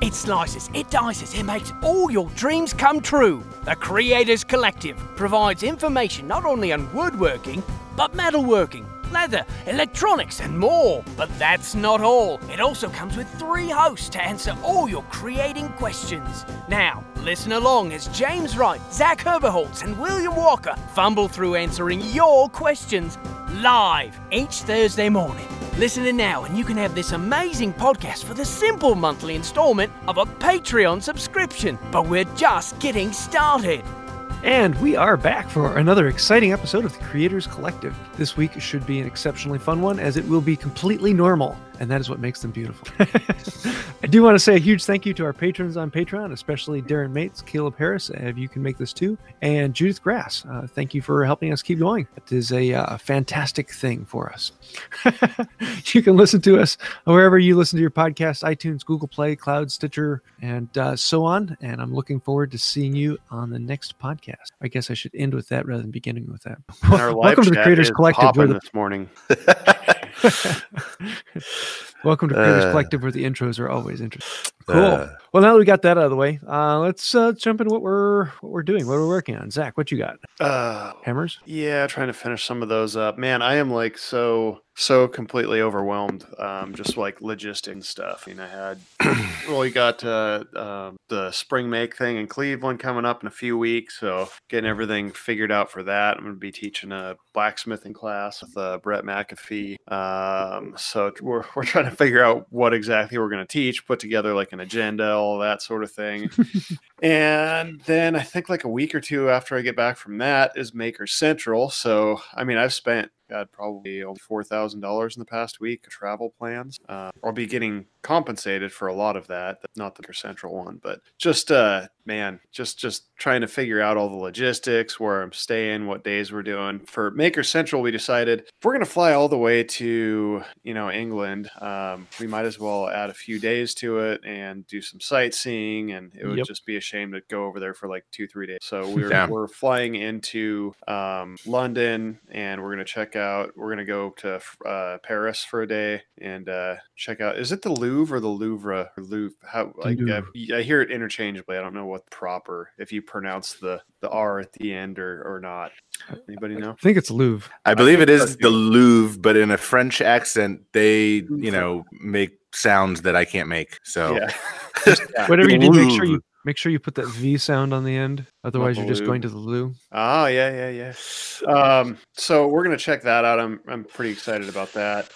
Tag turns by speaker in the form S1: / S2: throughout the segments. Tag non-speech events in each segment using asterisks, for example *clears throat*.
S1: It slices, it dices, it makes all your dreams come true. The Creators Collective provides information not only on woodworking, but metalworking, leather, electronics, and more. But that's not all. It also comes with three hosts to answer all your creating questions. Now, listen along as James Wright, Zach Herberholtz, and William Walker fumble through answering your questions live each Thursday morning. Listen in now, and you can have this amazing podcast for the simple monthly installment of a Patreon subscription. But we're just getting started.
S2: And we are back for another exciting episode of the Creators Collective. This week should be an exceptionally fun one as it will be completely normal, and that is what makes them beautiful. I do want to say a huge thank you to our patrons on Patreon, especially Darren Mates, Caleb Harris, uh, if you can make this too, and Judith Grass. Uh, thank you for helping us keep going. It is a uh, fantastic thing for us. *laughs* you can listen to us wherever you listen to your podcast iTunes, Google Play, Cloud, Stitcher, and uh, so on. And I'm looking forward to seeing you on the next podcast. I guess I should end with that rather than beginning with that.
S3: And our live
S2: Welcome to the
S3: chat
S2: Creators
S3: is
S2: Collective. where
S3: popping
S2: the-
S3: this morning.
S2: Welcome to Creators
S3: Uh.
S2: Collective, where the intros are always interesting. Cool.
S3: Uh.
S2: well, now that we got that out of the way, uh, let's uh, jump into what we're what we're doing, what we're working on. Zach, what you got?
S3: Uh,
S2: Hammers?
S3: yeah, trying to finish some of those up. Man, I am like so so completely overwhelmed. Um, just like logistic and stuff. I mean, I had *clears throat* well, you got uh, um the spring make thing in Cleveland coming up in a few weeks, so getting everything figured out for that. I'm going to be teaching a blacksmithing class with uh, Brett McAfee. Um, so t- we're *laughs* we're trying to figure out what exactly we're going to teach, put together like an agenda, all that sort of thing. And then I think like a week or two after I get back from that is Maker Central. So I mean, I've spent God probably four thousand dollars in the past week of travel plans. Uh, I'll be getting compensated for a lot of that, not the Maker Central one, but just uh, man, just just trying to figure out all the logistics, where I'm staying, what days we're doing. For Maker Central, we decided if we're gonna fly all the way to you know England, um, we might as well add a few days to it and do some sightseeing, and it would
S2: Yep.
S3: just be a shame to go over there for like two three days. So we're
S4: Yeah.
S3: we're flying into um, London, and we're gonna check out. We're gonna go to uh, Paris for a day and uh, check out. Is it the Louvre or the Louvre or Louvre? How like I,
S2: Louvre.
S3: I hear it interchangeably. I don't know what proper if you pronounce the the R at the end or or not. Anybody know?
S2: I think it's Louvre.
S4: I believe it
S3: think so,
S4: is the Louvre, but in a French accent, they you know make sounds that I can't make. So
S3: Yeah. Yeah.
S2: Whatever
S4: The
S2: you do, make sure you
S4: Louvre.
S2: make sure you put that V sound on the end. Otherwise, you're just
S3: Louvre.
S2: going to the loo.
S3: Oh yeah, yeah, yeah. Um, so we're gonna check that out. I'm I'm pretty excited about that.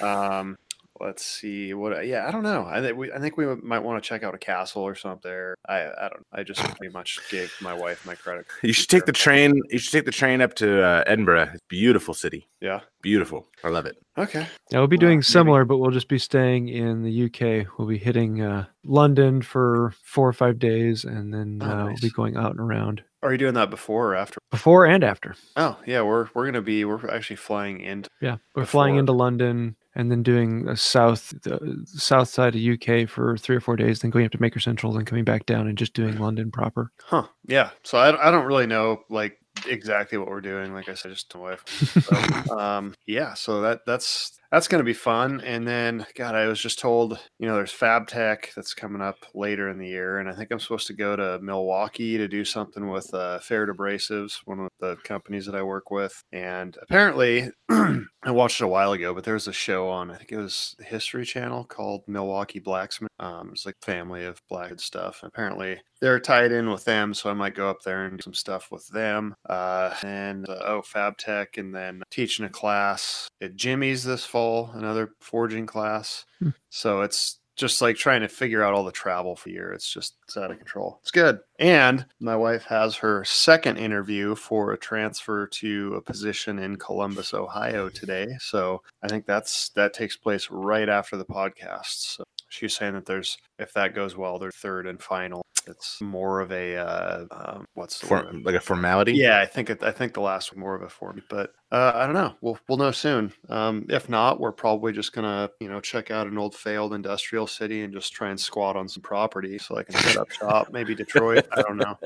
S3: Um, let's see what. Yeah, I don't know. I think we I think we might want to check out a castle or something. I I don't. I just pretty much gave my wife my credit.
S4: *laughs* You should take the
S3: card.
S4: train. You should take the train up to uh, Edinburgh. It's a beautiful city.
S3: Yeah.
S4: Beautiful. I love it.
S3: Okay.
S2: Yeah, we'll be
S3: Well,
S2: doing
S3: maybe.
S2: similar, but we'll just be staying in the UK. We'll be hitting uh, London for four or five days, and then
S3: Oh,
S2: uh,
S3: nice.
S2: we'll be going out and around
S3: Are you doing that before or after?
S2: before and after.
S3: Oh yeah, we're we're gonna be we're actually flying into.
S2: Yeah, we're flying
S3: Before.
S2: into London and then doing a south the south side of UK for three or four days, then going up to Maker Central, then coming back down and just doing London proper.
S3: Huh. Yeah. So I I don't really know like exactly what we're doing. Like I said, just to my wife. So, um, yeah, so that that's that's going to be fun. And then, God, I was just told, you know, there's FabTech that's coming up later in the year, and I think I'm supposed to go to Milwaukee to do something with uh, Ferret Abrasives, one of the companies that I work with. And apparently, *clears throat* I watched it a while ago, but there was a show on, I think it was the History Channel called Milwaukee Blacksmith. Um, it's like family of black stuff. Apparently, they're tied in with them, so I might go up there and do some stuff with them. Uh, and uh, oh, FabTech, and then teaching a class at Jimmy's this fall, another forging class.
S2: Hmm.
S3: So it's just like trying to figure out all the travel for the year. It's just it's out of control. It's good. And my wife has her second interview for a transfer to a position in Columbus, Ohio today. So I think that's that takes place right after the podcast. So she's saying that there's if that goes well, their third and final. It's more of a uh, um, what's the
S4: For,
S3: word?
S4: like a formality.
S3: Yeah, I think it, I think the last one more of a form, but uh, I don't know. We'll we'll know soon. Um, if not, we're probably just gonna you know check out an old failed industrial city and just try and squat on some property so I can set up shop. Maybe Detroit. I don't know.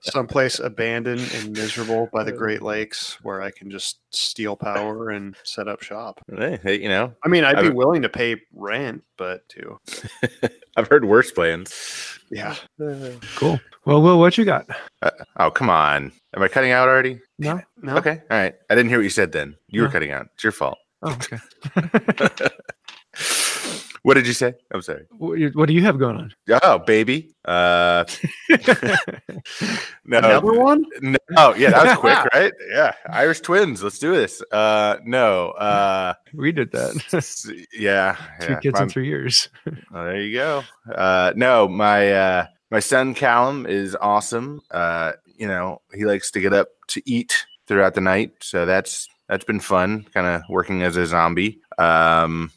S3: Someplace abandoned and miserable by *laughs* the Great Lakes where I can just steal power and set up shop.
S4: Hey, hey, you know.
S3: I mean, I'd
S4: I
S3: be
S4: don't-
S3: willing to pay rent, but too.
S4: I've heard worse plans.
S3: Yeah.
S2: Cool. Well, Will, what you got?
S4: Oh, come on. Am I cutting out already?
S2: No.
S3: No.
S4: Okay. All right. I didn't hear what you said then. You were
S2: No.
S4: cutting out. It's your fault.
S2: Oh, okay.
S4: what did you say? I'm sorry.
S2: *laughs* What you- what do you have going on?
S4: Oh, baby. Uh, *laughs* no,
S3: Another one?
S4: No, oh,
S2: *laughs*
S4: yeah, that was quick, right? Yeah, Irish twins. Let's do this. Uh, no, uh,
S2: We did *laughs* that. *laughs*
S4: s- yeah,
S2: Two
S4: yeah,
S2: kids
S4: my-
S2: in three years.
S4: Oh, there you go. Uh, no, my uh, my son Callum is awesome. Uh, you know, he likes to get up to eat throughout the night, so that's that's been fun. Kind of working as a zombie. Um,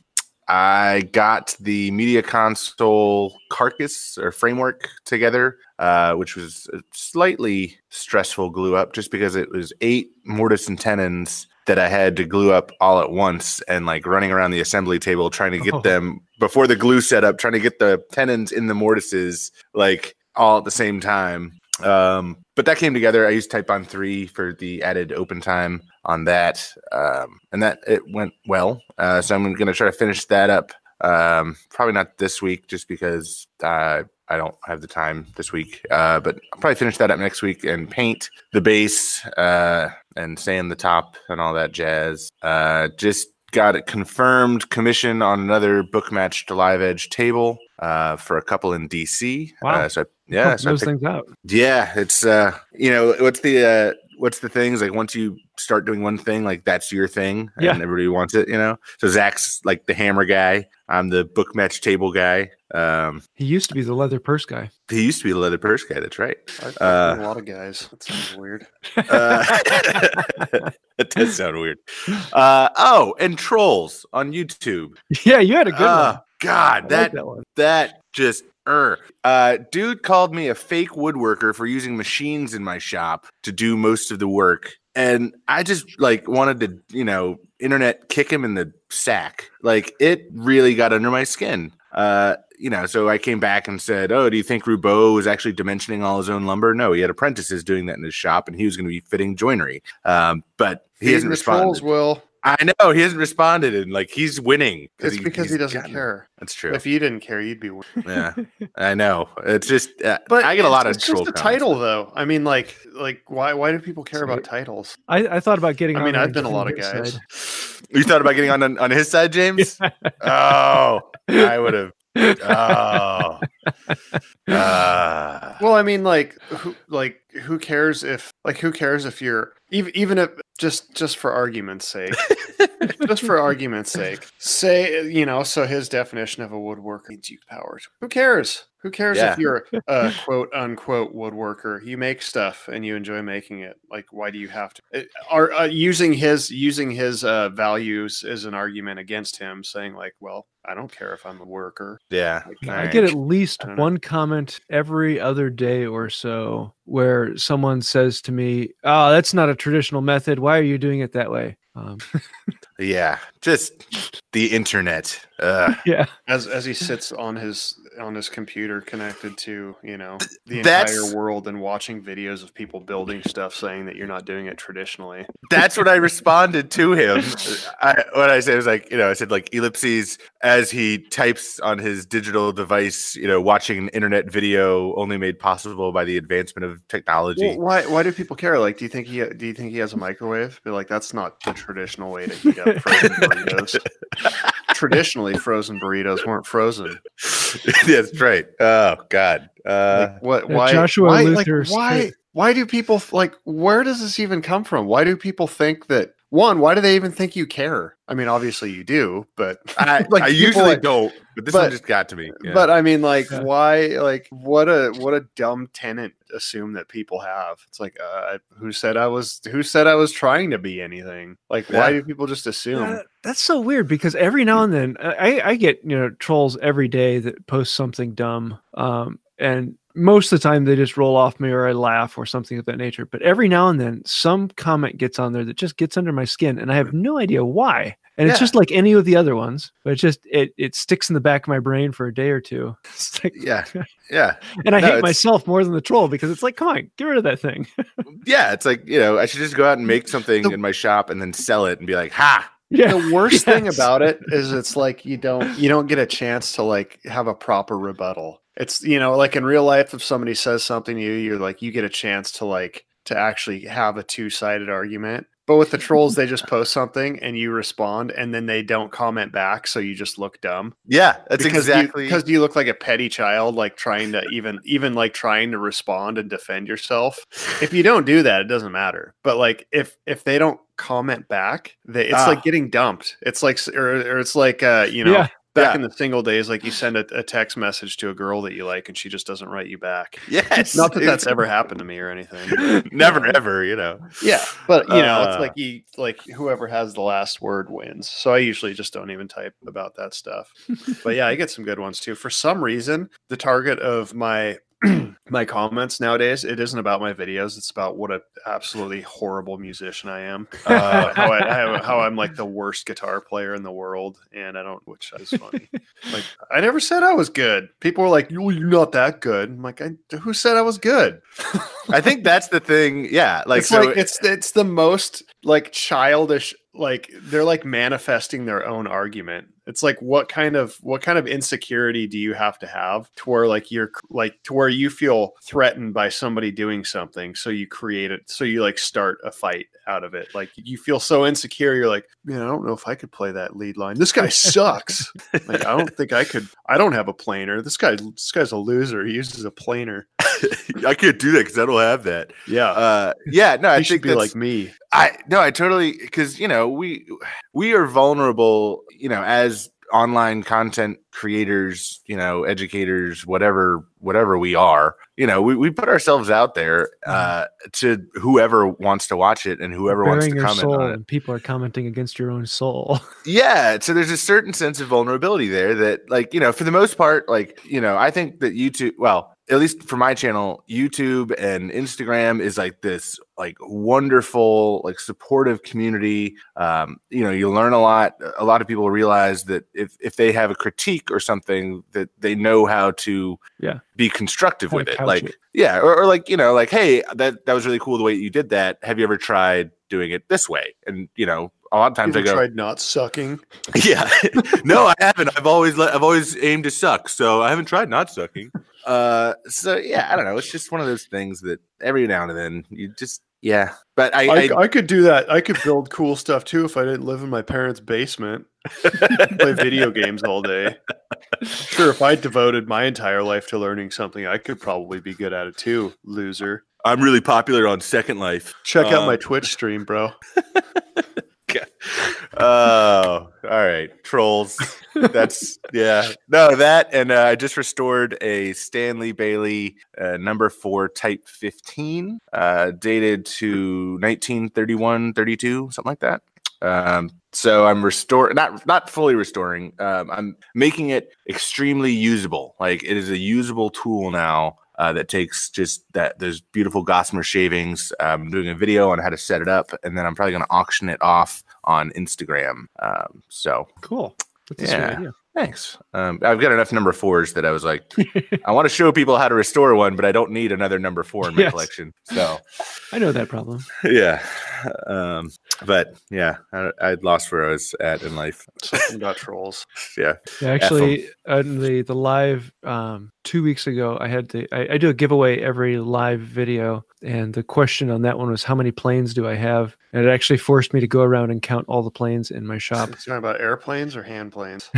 S4: I got the media console carcass or framework together, uh, which was a slightly stressful glue up, just because it was eight mortise and tenons that I had to glue up all at once, and like running around the assembly table trying to get
S2: Oh.
S4: them before the glue setup, trying to get the tenons in the mortises like all at the same time. Um, but that came together. I used Type on three for the added open time on that, um, and that it went well. Uh, so I'm going to try to finish that up. Um, probably not this week, just because uh, I don't have the time this week. Uh, but I'll probably finish that up next week and paint the base uh, and sand the top and all that jazz. Uh, just got it confirmed commission on another book matched live edge table uh, for a couple in DC.
S2: Wow.
S4: Uh, so I-
S2: *laughs*
S4: yeah,
S2: Help
S4: so I
S2: those
S4: picked-
S2: things out.
S4: yeah, it's uh, you know, what's the uh, what's the things like once you start doing one thing, like that's your thing, and
S2: Yeah.
S4: everybody wants it, you know. So Zach's like the hammer guy. I'm the book match table guy. Um,
S2: He used to be the leather purse guy. *laughs*
S4: he used to be the leather purse guy. That's right.
S3: I've
S4: Uh,
S3: uh, a lot of guys. That sounds weird.
S4: Uh, *laughs* that does sound weird. Uh, oh, and trolls on YouTube.
S2: yeah, you had a good
S4: Uh,
S2: one. I
S4: God,
S2: like
S4: that
S2: that one.
S4: that just er. Uh, dude called me a fake woodworker for using machines in my shop to do most of the work, and I just like wanted to, you know, internet kick him in the sack. Like it really got under my skin. Uh, you know, so I came back and said, "Oh, do you think Roubaud was actually dimensioning all his own lumber? No, he had apprentices doing that in his shop, and he was going to be fitting joinery. Um, but he
S3: Feed
S4: hasn't
S3: the trolls,
S4: responded.
S3: Will.
S4: I know he hasn't responded, and like he's winning.
S3: It's because he
S4: he's
S3: doesn't
S4: gotten-
S3: care.
S4: That's true.
S3: If you didn't care, you'd be. Winning.
S4: yeah, I know. It's just, uh, but I get a
S3: it's-
S4: lot of
S3: It's just
S4: troll
S3: the
S4: comments.
S3: title, though. I mean, like, like why? Why do people care
S2: Sorry.
S3: about titles?
S2: I, I thought about getting.
S3: I
S2: on
S3: mean,
S2: there
S3: I've
S2: and
S3: been a
S2: getting
S3: lot of
S2: his
S3: guys.
S2: side.
S4: You thought about getting on on, on his
S3: *laughs*
S4: side, James? oh, I would have.
S2: *laughs*
S4: Oh, Ah.
S3: Well, I mean, like, who, like, who cares if, like, who cares if you're even, even if just, just for argument's sake, just for argument's sake, say, you know, so his definition of a woodworker means you powers. Who cares? Who cares
S4: Yeah.
S3: if you're a quote unquote woodworker? You make stuff and you enjoy making it. Like, why do you have to? it- Are uh, using his using his uh, values as an argument against him, saying like, well, I don't care if I'm a worker.
S4: yeah.
S3: Like,
S2: I
S4: Alright.
S2: get at least
S3: I don't know.
S2: one comment every other day or so where someone says to me, "Oh, that's not a traditional method. Why are you doing it that way?" Um, *laughs*
S4: Yeah, just the internet. Uh,
S2: yeah,
S3: as as he sits on his on his computer connected to you know the
S4: That's-
S3: entire world and watching videos of people building stuff saying that you're not doing it traditionally
S4: that's what I responded to him. I, what I said was like, you know, I said like ellipses as he types on his digital device, you know, watching an internet video only made possible by the advancement of technology.
S3: well, why why do people care like do you think he do you think he has a microwave be like that's not the traditional way to heat up *laughs* frozen burritos traditionally frozen burritos weren't frozen
S4: *laughs* That's right. Oh God.
S3: Like,
S4: Uh,
S3: what
S2: yeah,
S3: why
S2: Joshua
S3: why,
S2: Luther's-
S3: like, why why do people f- like where does this even come from why do people think that one why do they even think you care i mean obviously you do but
S4: *laughs* I,
S3: *laughs* like
S4: I
S3: people
S4: usually
S3: like-
S4: don't, but this one
S3: but-
S4: just got to me. Yeah.
S3: But I mean, like,
S2: Yeah.
S3: why? Like, what a what a dumb tenant assume that people have. It's like, uh, who said I was? Who said I was trying to be anything? Like, why
S4: Yeah.
S3: do people just assume?
S2: Uh, that's so weird because every now and then I, I get you know trolls every day that post something dumb, um, and most of the time they just roll off me or I laugh or something of that nature. But every now and then some comment gets on there that just gets under my skin, and I have no idea why. And
S4: Yeah.
S2: it's just like any of the other ones, but it just it it sticks in the back of my brain for a day or two. *laughs* It's like,
S4: *laughs* yeah, yeah,
S2: and I
S4: No,
S2: hate
S4: it's-
S2: myself more than the troll because it's like, come on, get rid of that thing.
S4: *laughs* yeah. It's like you know, I should just go out and make something
S3: The-
S4: in my shop and then sell it and be like, "Ha,
S2: Yeah.
S3: the worst thing
S2: Yes.
S3: about it is it's like you don't you don't get a chance to like have a proper rebuttal it's you know like in real life if somebody says something to you you're like you get a chance to like to actually have a two-sided argument but with the trolls they just post something and you respond and then they don't comment back so you just look dumb
S4: Yeah, that's exactly.
S3: because you look like a petty child like trying to even even like trying to respond and defend yourself if you don't do that it doesn't matter but like if if they don't comment back they, it's
S4: Ah.
S3: like getting dumped it's like s- or, or it's like uh you know
S2: Yeah.
S3: back
S4: Yeah.
S3: in the single days like you send a, a text message to a girl that you like and she just doesn't write you back
S4: yes,
S3: not that
S4: it-
S3: that's
S4: *laughs*
S3: ever happened to me or anything but-
S4: never ever. *laughs* You know.
S3: yeah but you know
S4: Uh.
S3: it's like you like whoever has the last word wins so i usually just don't even type about that stuff but yeah i get some good ones too for some reason the target of my *clears throat* my comments nowadays it isn't about my videos it's about what a absolutely horrible musician i am
S4: *laughs*
S3: uh, how, I, how, how i'm like the worst guitar player in the world and i don't which is funny like i never said i was good people were like "You- you're not that good i'm like I, who said i was good
S4: I think that's the thing. Yeah, like
S3: it's
S4: so.
S3: like it's it's the most like childish like they're like manifesting their own argument it's like what kind of what kind of insecurity do you have to have to where like you're c- like to where you feel threatened by somebody doing something so you create it so you like start a fight out of it like you feel so insecure you're like man i don't know if i could play that lead line this
S4: *laughs*
S3: guy sucks like i don't think i could i don't have a planer this guy this guy's a loser he uses a planer
S4: I can't do that because I don't have that.
S3: yeah
S4: Uh, yeah, no,
S3: he
S4: I think
S3: should be
S4: that's-
S3: like me
S4: I no, I totally because you know we we are vulnerable. You know, as online content creators, you know, educators, whatever, whatever we are, you know, we, we put ourselves out there
S2: Mm-hmm.
S4: uh, to whoever wants to watch it and whoever wants
S2: Bearing
S4: to
S2: your
S4: comment
S2: soul,
S4: on it.
S2: and people are commenting against your own soul. *laughs*
S4: Yeah, so there's a certain sense of vulnerability there that, like, you know, for the most part, like, you know, I think that YouTube, well, at least for my channel, YouTube and Instagram is like this, like, wonderful, like, supportive community. Um, you know, you learn a lot. A lot of people realize that if if they have a critique or something, that they know how to,
S2: Yeah.
S4: be constructive
S2: How to
S4: with it.
S2: couch
S4: Like,
S2: it.
S4: yeah, or, or like you know, like hey, that that was really cool the way you did that. Have you ever tried doing it this way? And you know, a lot of times
S3: Ever
S4: I go,
S3: tried not sucking.
S4: *laughs* yeah. no, I haven't. I've always le- I've always aimed to suck, so I haven't tried not sucking. Uh, so yeah, I don't know. It's just one of those things that every now and then you just yeah. But I,
S3: I,
S4: I,
S3: I could do that. I could build cool stuff too if I didn't live in my parents' basement, play
S4: *laughs*
S3: video games all day. Sure, if I devoted my entire life to learning something, I could probably be good at it too. Loser,
S4: I'm really popular on Second Life.
S3: check out my
S4: Um,
S3: Twitch stream, bro.
S4: *laughs* Oh, all right, trolls. That's yeah. No, that and uh, I just restored a Stanley Bailey uh, number four Type 15, uh, dated to 1931, 32, something like that. Um, so I'm restoring, not not fully restoring. Um, I'm making it extremely usable. Like it is a usable tool now. Uh, that takes just that those beautiful gossamer shavings. I'm doing a video on how to set it up, and then I'm probably going to auction it off on Instagram. Um, so
S2: cool. That's a
S4: Yeah.
S2: sweet
S4: Thanks. Um, I've got enough number fours that I was like, I want to show people how to restore one, but I don't need another number four in my
S2: Yes.
S4: collection. So,
S2: I know that problem.
S4: yeah. Um, but yeah, I, I lost where I was at in life.
S3: Something about trolls.
S4: Yeah.
S2: Yeah, actually, on the the live um, two weeks ago, I had the I, I do a giveaway every live video, and the question on that one was how many planes do I have, and it actually forced me to go around and count all the planes in my
S4: *laughs*
S2: shop.
S3: It's talking about airplanes or hand planes.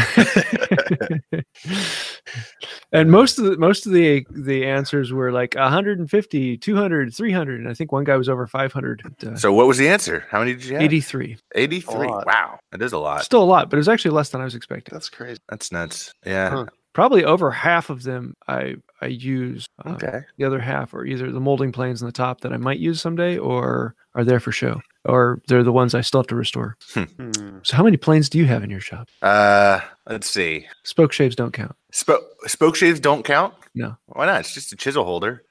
S2: and most of the most of the the answers were like 150, 200, 300, and I think one guy was over 500, uh,
S4: So, what was the answer? How many did you have?
S2: 83.
S4: 83.
S3: A lot.
S4: Wow. That is a lot.
S2: Still a lot, but it was actually less than I was expecting.
S3: That's crazy.
S4: That's nuts. Yeah.
S3: Huh.
S2: Probably over half of them I I use. uh,
S4: Okay.
S2: the other half are either the molding planes on the top that I might use someday or are there for show or they're the ones I still have to restore.
S3: Hmm.
S2: So how many planes do you have in your shop?
S4: Uh, let's see.
S2: Spoke shaves don't count.
S4: Spoke spoke shaves don't count.
S2: No.
S4: Why not? It's just a
S2: *laughs*
S4: chisel holder.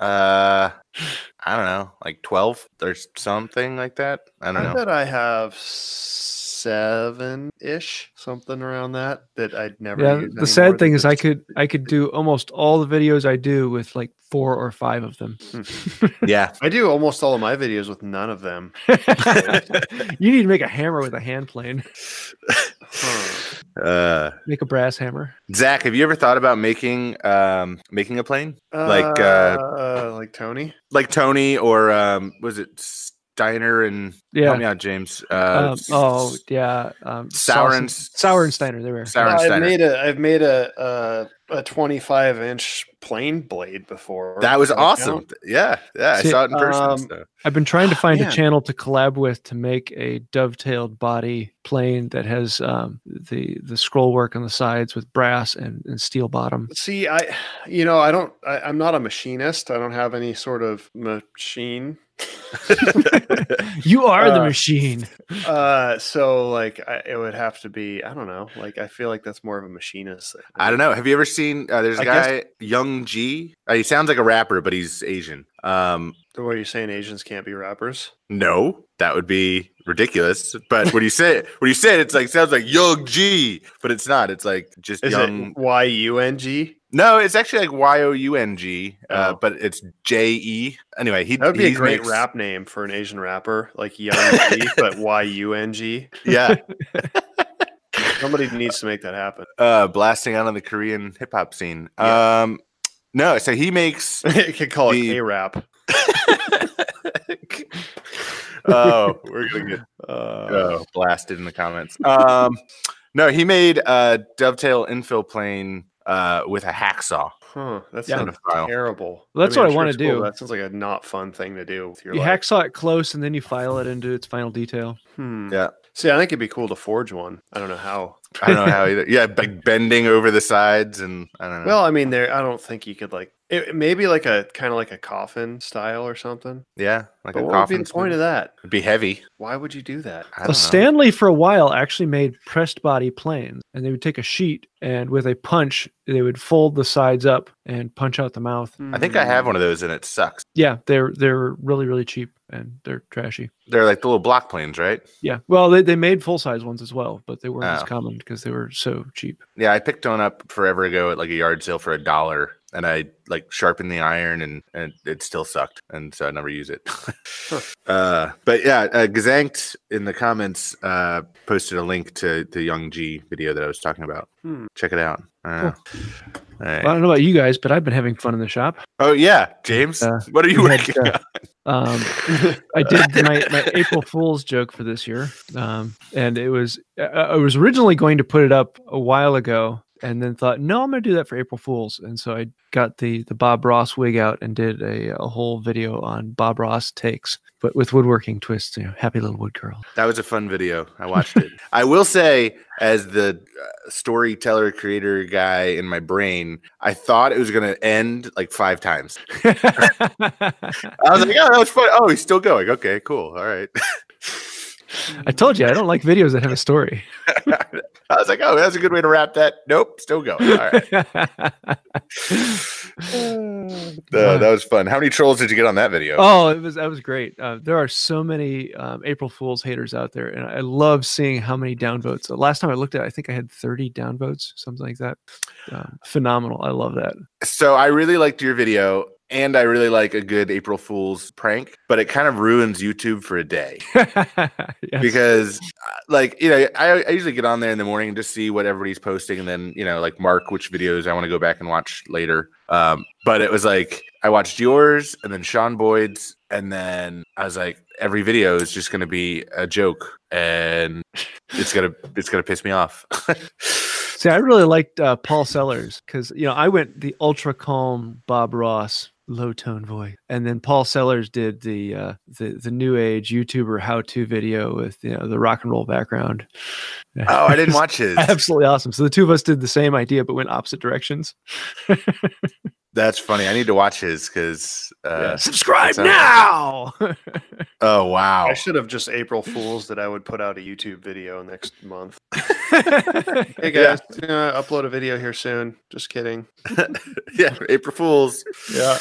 S4: uh,
S2: *laughs*
S4: I don't know, like twelve or something like that. I don't
S3: I
S4: know.
S3: bet I have s- seven ish, something around that. That I'd never.
S2: Yeah,
S3: use
S2: the
S3: anymore
S2: sad thing
S3: that
S2: is I
S3: just-
S2: could I could do almost all the videos I do with like four or five of
S3: *laughs*
S2: them.
S4: Yeah.
S3: I do almost all of my videos with none of them.
S2: you need to make a hammer with a hand plane.
S3: Huh.
S4: Uh,
S2: Make a brass hammer.
S4: Zach, have you ever thought about making um, making a plane Like, uh,
S3: uh, like Tony.
S4: like Tony or um, was it Steiner and help me
S2: Yeah.
S4: out, James? Uh,
S2: Um,
S4: S-
S3: *laughs*
S2: oh yeah. Um,
S4: Sauron-
S2: Saurensteiner. They were.
S4: Sauron
S3: Well, I've
S4: Steiner.
S3: made a I've made a uh, a 25 inch plane blade before.
S4: That was
S3: Does
S4: awesome.
S3: count?
S4: Yeah, yeah, I
S2: See,
S4: saw it in person.
S3: um,
S4: so.
S2: I've been trying to find
S3: Man.
S2: a channel to collab with to make a dovetailed body plane that has um, the the scroll work on the sides with brass and, and steel bottom.
S3: See, I you know I don't I, I'm not a machinist. I don't have any sort of machine.
S2: *laughs* You are the *laughs*
S3: Uh,
S2: machine.
S3: Uh, so like I, it would have to be I don't know. Like I feel like that's more of a machinist. Thing.
S4: I don't know. Have you ever seen? Uh, there's a
S3: I guess-
S4: guy, Young G. Uh, he sounds like a rapper, but he's Asian. Um,
S3: know. What are you saying? Asians can't be rappers.
S4: no, that would be ridiculous. But when you say it, when you say it, it's like sounds like Young G, but it's not. It's like just
S3: Is
S4: Young.
S3: it Y U N G?
S4: No, it's actually like Y O U N G, uh,
S3: Oh.
S4: but it's J E. Anyway, he
S3: That would be a
S4: he
S3: great
S4: makes-
S3: rap name for an Asian rapper, like Young G,
S4: *laughs*
S3: but Y U N G. *laughs*
S4: Yeah,
S3: Somebody needs to make that happen. *laughs*
S4: uh, blasting out on the Korean hip hop scene. Um, no, so
S3: *laughs*
S4: he makes
S3: you could call it
S4: The-
S3: K rap.
S4: oh, we're gonna get
S3: Uh,
S4: oh, blasted in the comments. Um, no, he made a dovetail infill plane uh, with a hacksaw.
S3: Huh, that
S2: Yeah.
S3: sounds
S4: Wow.
S3: terrible.
S2: Well, that's what I
S3: I'm
S2: wanna
S3: it's cool,
S2: do.
S3: but That sounds like a not fun thing to do with your
S2: You
S3: life.
S2: hacksaw it close and then you file it into its final detail.
S3: Hmm.
S4: Yeah.
S3: See, I think it'd be cool to forge one. I don't know how.
S4: I
S3: *laughs*
S4: don't know how either. Yeah, like bending over the sides, and I don't know.
S3: Well, I mean, there. I don't think you could like it, maybe like a kind of like a coffin style or something.
S4: yeah, like
S3: But
S4: a
S3: what would be
S4: coffin.
S3: the point of that?
S4: It'd be heavy.
S3: Why would you do that?
S4: I
S2: Well, Stanley for a while actually made pressed body planes, and they would take a sheet and with a punch they would fold the sides up and punch out the mouth.
S4: I think I have one of those, and it sucks.
S2: Yeah, they're they're really really cheap and they're trashy.
S4: They're like the little block planes, right?
S2: Yeah, well they, they made full size ones as well, but they weren't as
S4: Oh.
S2: common because they were so cheap.
S4: Yeah, I picked one up forever ago at like a yard sale for a dollar, and I like sharpened the iron, and, and it still sucked, and so I never use it. *laughs* uh, but yeah, uh, Gazanked in the comments uh, posted a link to the Young G video that I was talking about.
S3: Hmm.
S4: Check it out. Uh, all right.
S2: Well, I don't know about you guys, but I've been having fun in the shop.
S4: Oh yeah, James,
S2: Uh,
S4: what are you
S2: we had,
S4: working
S2: uh, Um, I did my, my April Fool's joke for this year, um, and it was I, I was originally going to put it up a while ago, and then thought, no, I'm going to do that for April Fool's, and so I got the the Bob Ross wig out and did a, a whole video on Bob Ross takes, but with woodworking twists. You know, happy little wood girl.
S4: That was a fun video. I watched *laughs* it. I will say, as the uh, storyteller creator guy in my brain, I thought it was going to end like five times.
S2: I
S4: I was like, oh, that was fun. Oh, he's still going. Okay, cool. All right. *laughs*
S2: told you *laughs* I don't like videos that have a story. *laughs*
S4: I was like, oh, that's a good way to wrap that. Nope, still going. All *laughs* right. Uh, that was fun. How many trolls did you get on that video?
S2: Oh, it was that was great. Uh, there are so many um, April Fools haters out there, and I love seeing how many downvotes. The last time I looked at, it, I think I had thirty downvotes, something like that. Um, phenomenal! I love that.
S4: So I really liked your video. And I really like a good April Fool's prank, but it kind of ruins YouTube for a day.
S2: *laughs* Yes.
S4: because uh, like you know I, I usually get on there in the morning and just see what everybody's posting and then you know like mark which videos i want to go back and watch later um but it was like i watched yours and then sean boyd's and then i was like every video is just going to be a joke and it's gonna it's gonna piss me off *laughs*
S2: See, I really liked uh, Paul Sellers because you know I went the ultra calm Bob Ross low tone voice, and then Paul Sellers did the uh, the the new age YouTuber how to video with you know the rock and roll background.
S4: oh i didn't watch
S3: *laughs*
S4: his
S2: Absolutely awesome. So the two of us did the same idea, but went opposite directions.
S4: that's funny i need to watch his because uh,
S2: Subscribe
S4: that
S2: now.
S4: oh wow
S3: Hmm. I
S4: *laughs*
S3: should have just April Fools that I would put out a YouTube video next month. *laughs* Hey
S4: *laughs* Yeah.
S3: guys, uh, upload a video here soon. Just kidding.
S4: yeah april fools
S3: Yeah.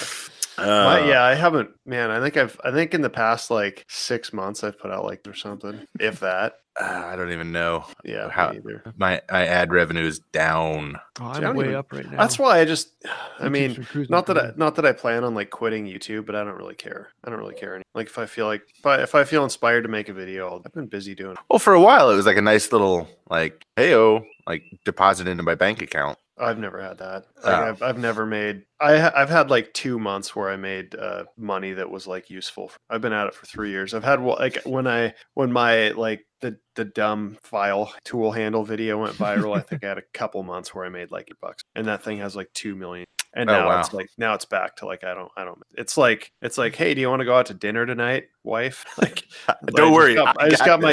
S4: Uh,
S3: My- yeah, I haven't. Man, I think I've. I think in the past like six months, I've put out like or something,
S4: *laughs*
S3: if that.
S4: uh, I don't even know.
S3: Yeah,
S4: How-
S3: How, either.
S4: My my ad revenue is down.
S2: Oh,
S3: See, I
S2: *laughs* I'm
S3: don't
S2: way
S3: even-
S2: up right now.
S3: That's why I just. *sighs* I
S2: YouTube's
S3: mean,
S2: been cruising
S3: not that
S2: for
S3: I,
S2: me.
S3: not that I plan on like quitting YouTube, but I don't really care. I don't really care. Any, like if I feel like if I, if I feel inspired to make a video, I'll, I've been busy doing.
S4: Well, for a while it was like a nice little like hey oh like deposit into my bank account.
S3: I've never had that. Like,
S4: Oh.
S3: I've, I've never made. I ha- I've had like two months where I made uh, money that was like useful. For, I've been at it for three years. I've had one- like when I when my like the the dumb file tool handle video went viral. I
S4: *laughs*
S3: think I had a couple months where I made like eight bucks, and that thing has like two million. And
S4: Oh,
S3: now it's
S4: wow.
S3: like now it's back to like I don't I don't. It's like it's like hey, do you want to go out to dinner tonight, wife? *laughs* Like I
S4: don't
S3: just
S4: worry,
S3: got- I, just got my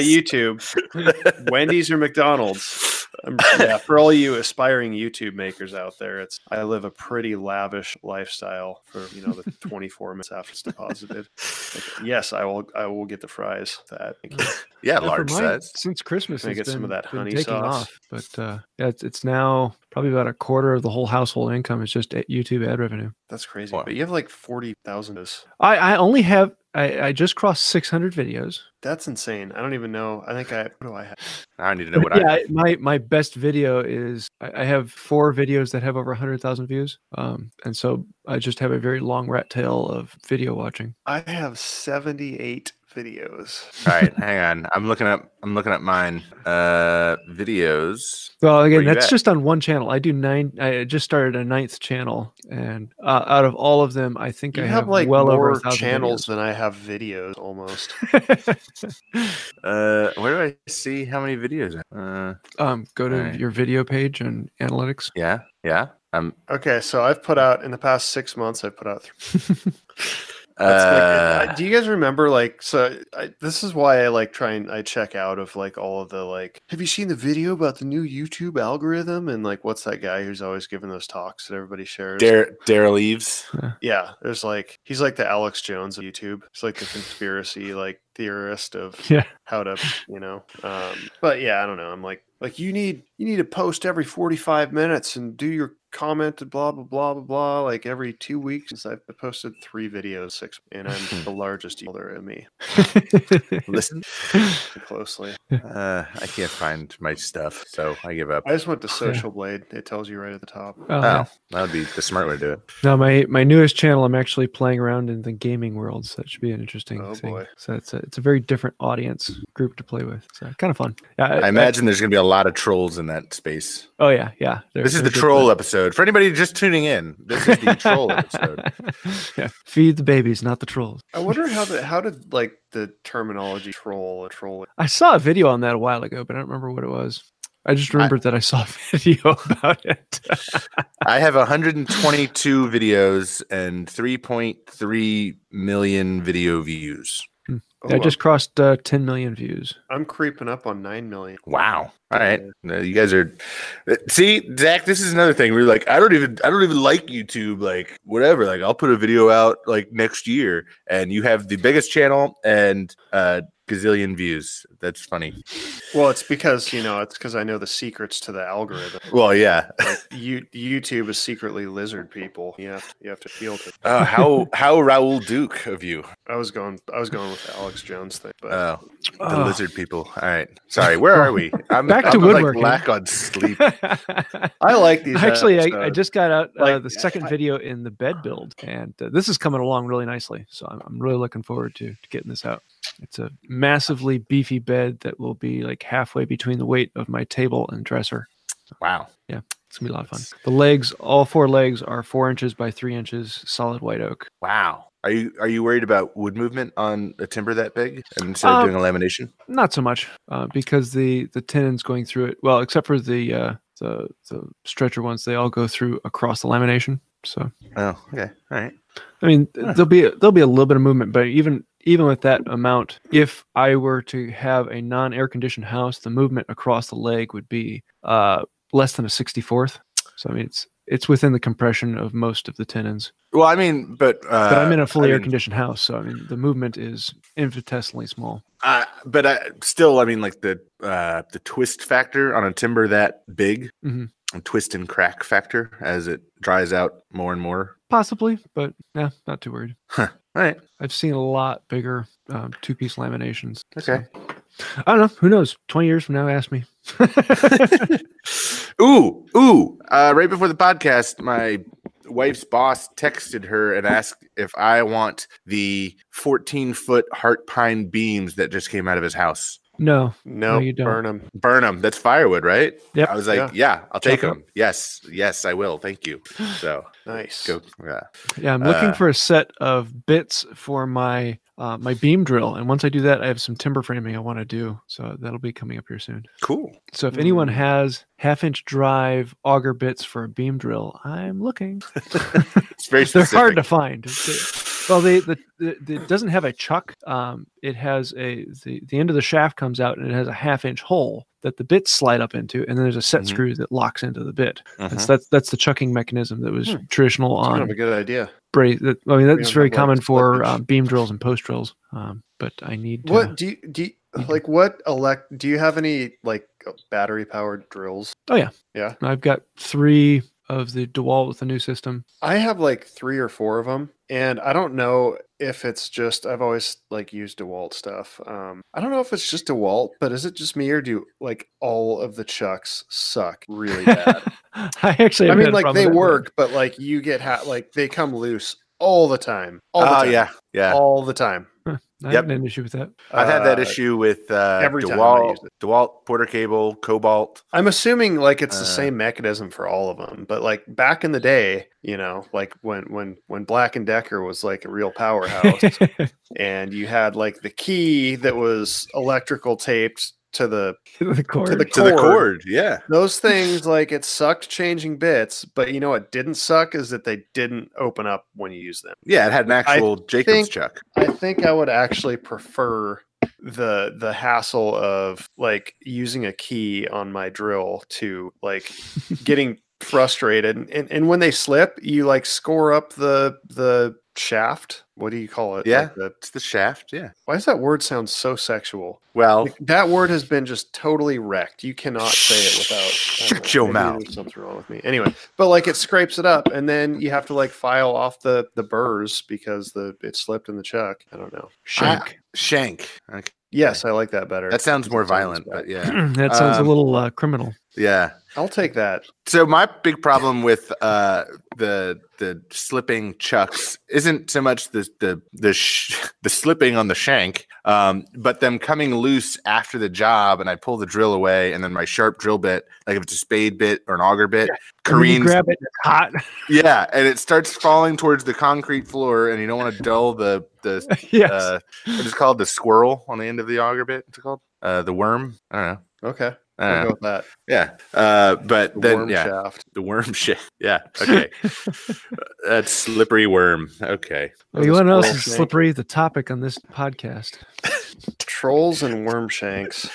S3: YouTube, Wendy's or McDonald's. Um, yeah, for all you aspiring YouTube makers out there, it's I live a pretty lavish lifestyle for you know the 24 minutes after it's deposited. Like, yes, I will. I will get the fries. with That Thank you.
S4: Yeah,
S2: Yeah, for
S4: large
S2: mine,
S4: sets.
S2: since Christmas.
S3: Can I
S2: it's
S3: get some
S2: been-
S3: of that
S2: been
S3: honey
S2: taking
S3: sauce?
S2: off, but uh, yeah, it's, it's now probably about a quarter of the whole household income is just at YouTube ad revenue.
S3: that's crazy.
S4: Wow.
S3: But you have like 40,000. of those.
S2: I, I only have I, I just crossed 600 videos.
S3: That's insane. I don't even know. I think I what do I have?
S4: Now I need to know
S2: But *laughs*
S4: what
S2: yeah,
S4: I.
S2: I- my my best video is I, I have four videos that have over 100,000 views. Um, and so I just have a very long rat tail of video watching.
S3: I have 78 videos.
S4: All right, hang on. I'm looking up. I'm looking up mine. Uh, videos.
S2: Well, again,
S4: you
S2: that's
S4: at?
S2: just on one channel. I do nine. I just started a ninth channel, and uh, out of all of them, I think
S3: You
S2: I
S3: have, like
S2: well over
S3: more
S2: 1,000
S3: channels
S2: videos.
S3: than I have videos almost.
S2: *laughs*
S4: Uh, where do I see how many videos? Uh,
S2: um, go to
S4: Alright.
S2: your video page and *laughs* analytics.
S4: yeah, yeah. Um, I'm.
S3: Okay, so I've put out in the past six months. I've put out three. That's
S4: Uh,
S3: like, I- do you guys remember like so I, this is why I like try and I check out of like all of the like have you seen the video about the new YouTube algorithm and like what's that guy who's always giving those talks that everybody shares?
S4: Dare Dare leaves.
S3: Yeah, there's like he's like the Alex Jones of YouTube. He's like the conspiracy like theorist of
S2: *laughs* Yeah.
S3: how to you know. Um, but yeah, I don't know. I'm like like you need you need to post every 45 minutes and do your comment and blah blah blah blah blah like every two weeks. Since I've posted three videos six and I'm
S2: *laughs*
S3: the largest elder of me
S4: Listen,
S3: closely.
S4: uh, I can't find my stuff, so I give up.
S3: I just went to Social Blade. It tells you right at the top.
S2: Oh,
S4: Oh, that would be the smart way to do it.
S2: Now my my newest channel, I'm actually playing around in the gaming world, so that should be an interesting
S3: Oh,
S2: thing.
S3: boy.
S2: So it's a it's a very different audience group to play with. So kind of fun. Yeah,
S4: I imagine there's going to be a lot of trolls in that space.
S2: oh yeah, yeah. they're-
S4: This is
S2: they're
S4: the
S2: good
S4: troll episode. For anybody just tuning in, this is the
S2: fun.
S4: *laughs* troll episode.
S2: *laughs* yeah, feed the babies, not the trolls.
S3: I wonder how the how did like the terminology troll a troll.
S2: I saw a video on that a while ago, but I don't remember what it was. I just remembered that I saw *laughs* a video about it.
S4: I have 122 videos and 3.3 million video views.
S2: I
S3: Oh,
S2: just crossed uh, 10 million views.
S3: I'm creeping up on nine million.
S4: Wow. All right. No, You guys are see, Zach, this is another thing. We're like, I don't even I don't even like YouTube, like whatever. Like I'll put a video out like next year and you have the biggest channel and uh gazillion views. That's funny.
S3: Well, it's because you know it's because I know the secrets to the algorithm.
S4: Well, yeah.
S3: Like, you, YouTube is secretly lizard people. You have you have to appeal to.
S4: Uh, *laughs* how how Raul Duke of you.
S3: I was going I was going with the Alex Jones thing, but
S4: Oh, the
S2: Oh.
S4: lizard people. All right. Sorry. Where
S2: *laughs*
S4: are we? I'm
S2: Back to
S4: I'm,
S2: woodworking.
S4: lack
S2: *laughs*
S4: on sleep.
S3: I like these.
S2: Actually, I, I
S3: episodes.
S2: just got out uh,
S3: uh, Like,
S2: the second
S3: I-
S2: video in the bed build, and uh, this is coming along really nicely. So I'm, I'm really looking forward to, to getting this out. It's a massively beefy bed that will be like halfway between the weight of my table and dresser.
S4: Wow.
S2: It's gonna be a lot of fun. The legs, all four legs, are four inches by three inches, solid white oak.
S4: Wow. Are you are you worried about wood movement on a timber that big instead of
S2: Um,
S4: doing a lamination?
S2: Not so much uh, because the the tenons going through it. Well, except for the uh, the the stretcher ones, they all go through across the lamination. So
S4: Oh, okay. All right.
S2: I mean,
S4: Huh.
S2: there'll be there'll be a little bit of movement, but even even with that amount, if I were to have a non-air conditioned house, the movement across the leg would be uh, less than a sixty-fourth. So I mean, it's it's within the compression of most of the tenons.
S4: Well, I mean, but uh,
S2: But I'm in a fully
S4: I
S2: air
S4: mean,
S2: conditioned house, so I mean, the movement is infinitesimally small.
S4: uh, but I, still, I mean, like the uh, the twist factor on a timber that big
S2: Mhm.
S4: twist and crack factor as it dries out more and more.
S2: Possibly, but nah, not too worried.
S4: All right.
S2: I've seen a lot bigger um, two piece laminations.
S4: Okay.
S2: so- I don't know. Who knows? 20 years from now, ask me. *laughs*
S4: ooh, ooh. Uh, right before the podcast, my wife's boss texted her and asked if I want the 14 foot heart pine beams that just came out of his house.
S2: no.
S3: No,
S2: you don't.
S3: burn them.
S4: Burn them. That's firewood, right?
S2: Yep.
S4: I was like, yeah,
S3: Yeah.
S4: I'll take
S2: Chop it up.
S4: them. Yes, yes, I will. Thank you. So
S3: Nice.
S4: go. Yeah.
S2: Yeah, I'm looking
S4: Uh,
S2: for a set of bits for my uh, my beam drill, and once I do that, I have some timber framing I want to do, so that'll be coming up here soon.
S4: Cool.
S2: So if anyone
S3: Mm.
S2: has half inch drive auger bits for a beam drill, I'm looking.
S4: It's very
S2: They're
S4: specific.
S2: hard to find. Well, they the, the, the it doesn't have a chuck. Um, it has a the, the end of the shaft comes out and it has a half inch hole that the bits slide up into, and then there's a set
S3: Mm-hmm.
S4: Mhm.
S2: screw that locks into the bit.
S4: Mhm.
S2: That's that's that's the chucking mechanism that was
S3: Uh-huh. Hmm.
S2: traditional
S3: It's kind
S2: on
S3: of a good idea.
S2: bra- that, I mean, that's very
S3: don't have, like,
S2: common
S3: split
S2: for
S3: pitch.
S2: um, beam drills and post drills. Um, but I need to,
S3: What do you do? You,
S2: You do.
S3: like what elect? Do you have any like battery powered drills?
S2: Oh, I've got three of the DeWalt with the new system.
S3: I have like three or four of them, and I don't know if it's just I've always like used DeWalt stuff. Um, I don't know if it's just DeWalt, but is it just me or do like all of the chucks suck
S2: *laughs*
S3: really bad?
S2: I actually,
S3: I
S2: haven't had
S3: mean,
S2: a
S3: like
S2: problem
S3: they
S2: with that, but-
S3: work, but like you get ha- like they come loose all the time. All the
S4: oh
S3: time,
S4: yeah, yeah.
S3: all the time.
S2: I
S4: Yep.
S2: haven't had an issue with that.
S4: I've had that
S3: Uh,
S4: issue with uh,
S3: every time I
S4: DeWalt,
S3: used it.
S4: DeWalt Porter Cable, Cobalt.
S3: I'm assuming like it's
S4: Uh,
S3: the same mechanism for all of them, but like back in the day, you know, like when when when Black and Decker was like a real powerhouse,
S2: *laughs*
S3: and you had like the key that was electrical taped to the
S2: the cord.
S3: to the
S4: To the
S3: cord.
S4: cord, yeah.
S3: Those things like it sucked changing bits, but you know what didn't suck is that they didn't open up when you use them.
S4: Yeah, it had an actual Jacob's
S3: think-
S4: chuck.
S3: I think I would actually prefer the the hassle of like using a key on my drill to like getting frustrated and, and, and when they slip you like score up the the shaft what do you call it Like
S4: Yeah.
S3: the,
S4: It's the shaft, yeah.
S3: why does that word sound so sexual
S4: Well,
S3: Like, that word has been just totally wrecked. You cannot say it without I don't
S4: Shut your
S3: maybe
S4: mouth.
S3: there's Something wrong with me. Anyway, but like it scrapes it up, and then you have to like file off the the burrs because the it slipped in the chuck. I don't know.
S2: Shank.
S4: shank. Okay.
S3: Yes, I like that better.
S4: That sounds more
S3: Sounds
S4: violent,
S3: bad.
S2: *laughs*
S4: but yeah,
S2: *clears throat* that sounds
S4: um,
S2: a little uh, criminal.
S4: yeah.
S3: I'll take that.
S4: So my big problem with uh, the the slipping chucks isn't so much the the the sh- *laughs* the slipping on the shank, um, but them coming loose after the job, and I pull the drill away, and then my sharp drill bit, like if it's a spade bit or an auger bit,
S2: And then you
S4: careens
S3: *laughs*
S2: grab it, it's hot. *laughs*
S4: Yeah, and it starts falling towards the concrete floor, and you don't want to dull the the
S2: yes.
S4: uh, what is it called the squirrel on the end of the auger bit? What's it called? Uh, the worm. I don't know.
S3: Okay,
S4: I
S3: I'll
S4: don't
S3: go
S4: know.
S3: with that.
S4: Yeah. Uh, but
S3: The
S4: then
S3: worm
S4: yeah,
S3: shaft.
S4: the worm *laughs* shit.
S3: *laughs*
S4: Yeah. Okay. That's slippery worm. Okay.
S2: well, you want to know
S3: Squirrel
S2: what's
S3: shank.
S2: slippery? The topic on this podcast. *laughs*
S3: Trolls and worm
S4: *laughs*
S3: shanks.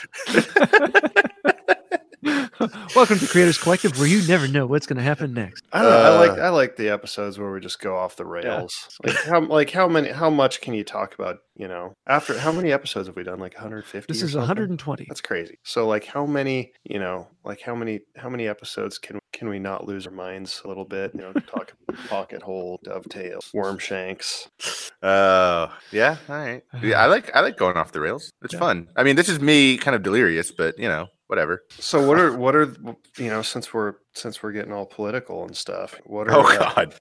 S2: Welcome to Creators Collective, where you never know what's going to happen
S3: *laughs*
S2: next.
S3: I don't know. I like
S4: Uh,
S3: I like the episodes where we just go off the rails. Like how like how many how much can you talk about? You know, after how many episodes have we done? Like 150.
S2: This
S3: or
S2: is
S3: something?
S2: 120.
S3: That's crazy. So like how many, you know, like how many how many episodes can can we not lose our minds a little bit? You know, talk pocket hole, dovetail, worm shanks.
S4: Uh, yeah. All right. Yeah, I like I like going off the rails. It's
S2: Yeah.
S4: fun. I mean, this is me kind of delirious, but you know, whatever.
S3: So what are what are th- you know, since we're since we're getting all political and stuff, what are
S4: Oh
S3: uh,
S4: God.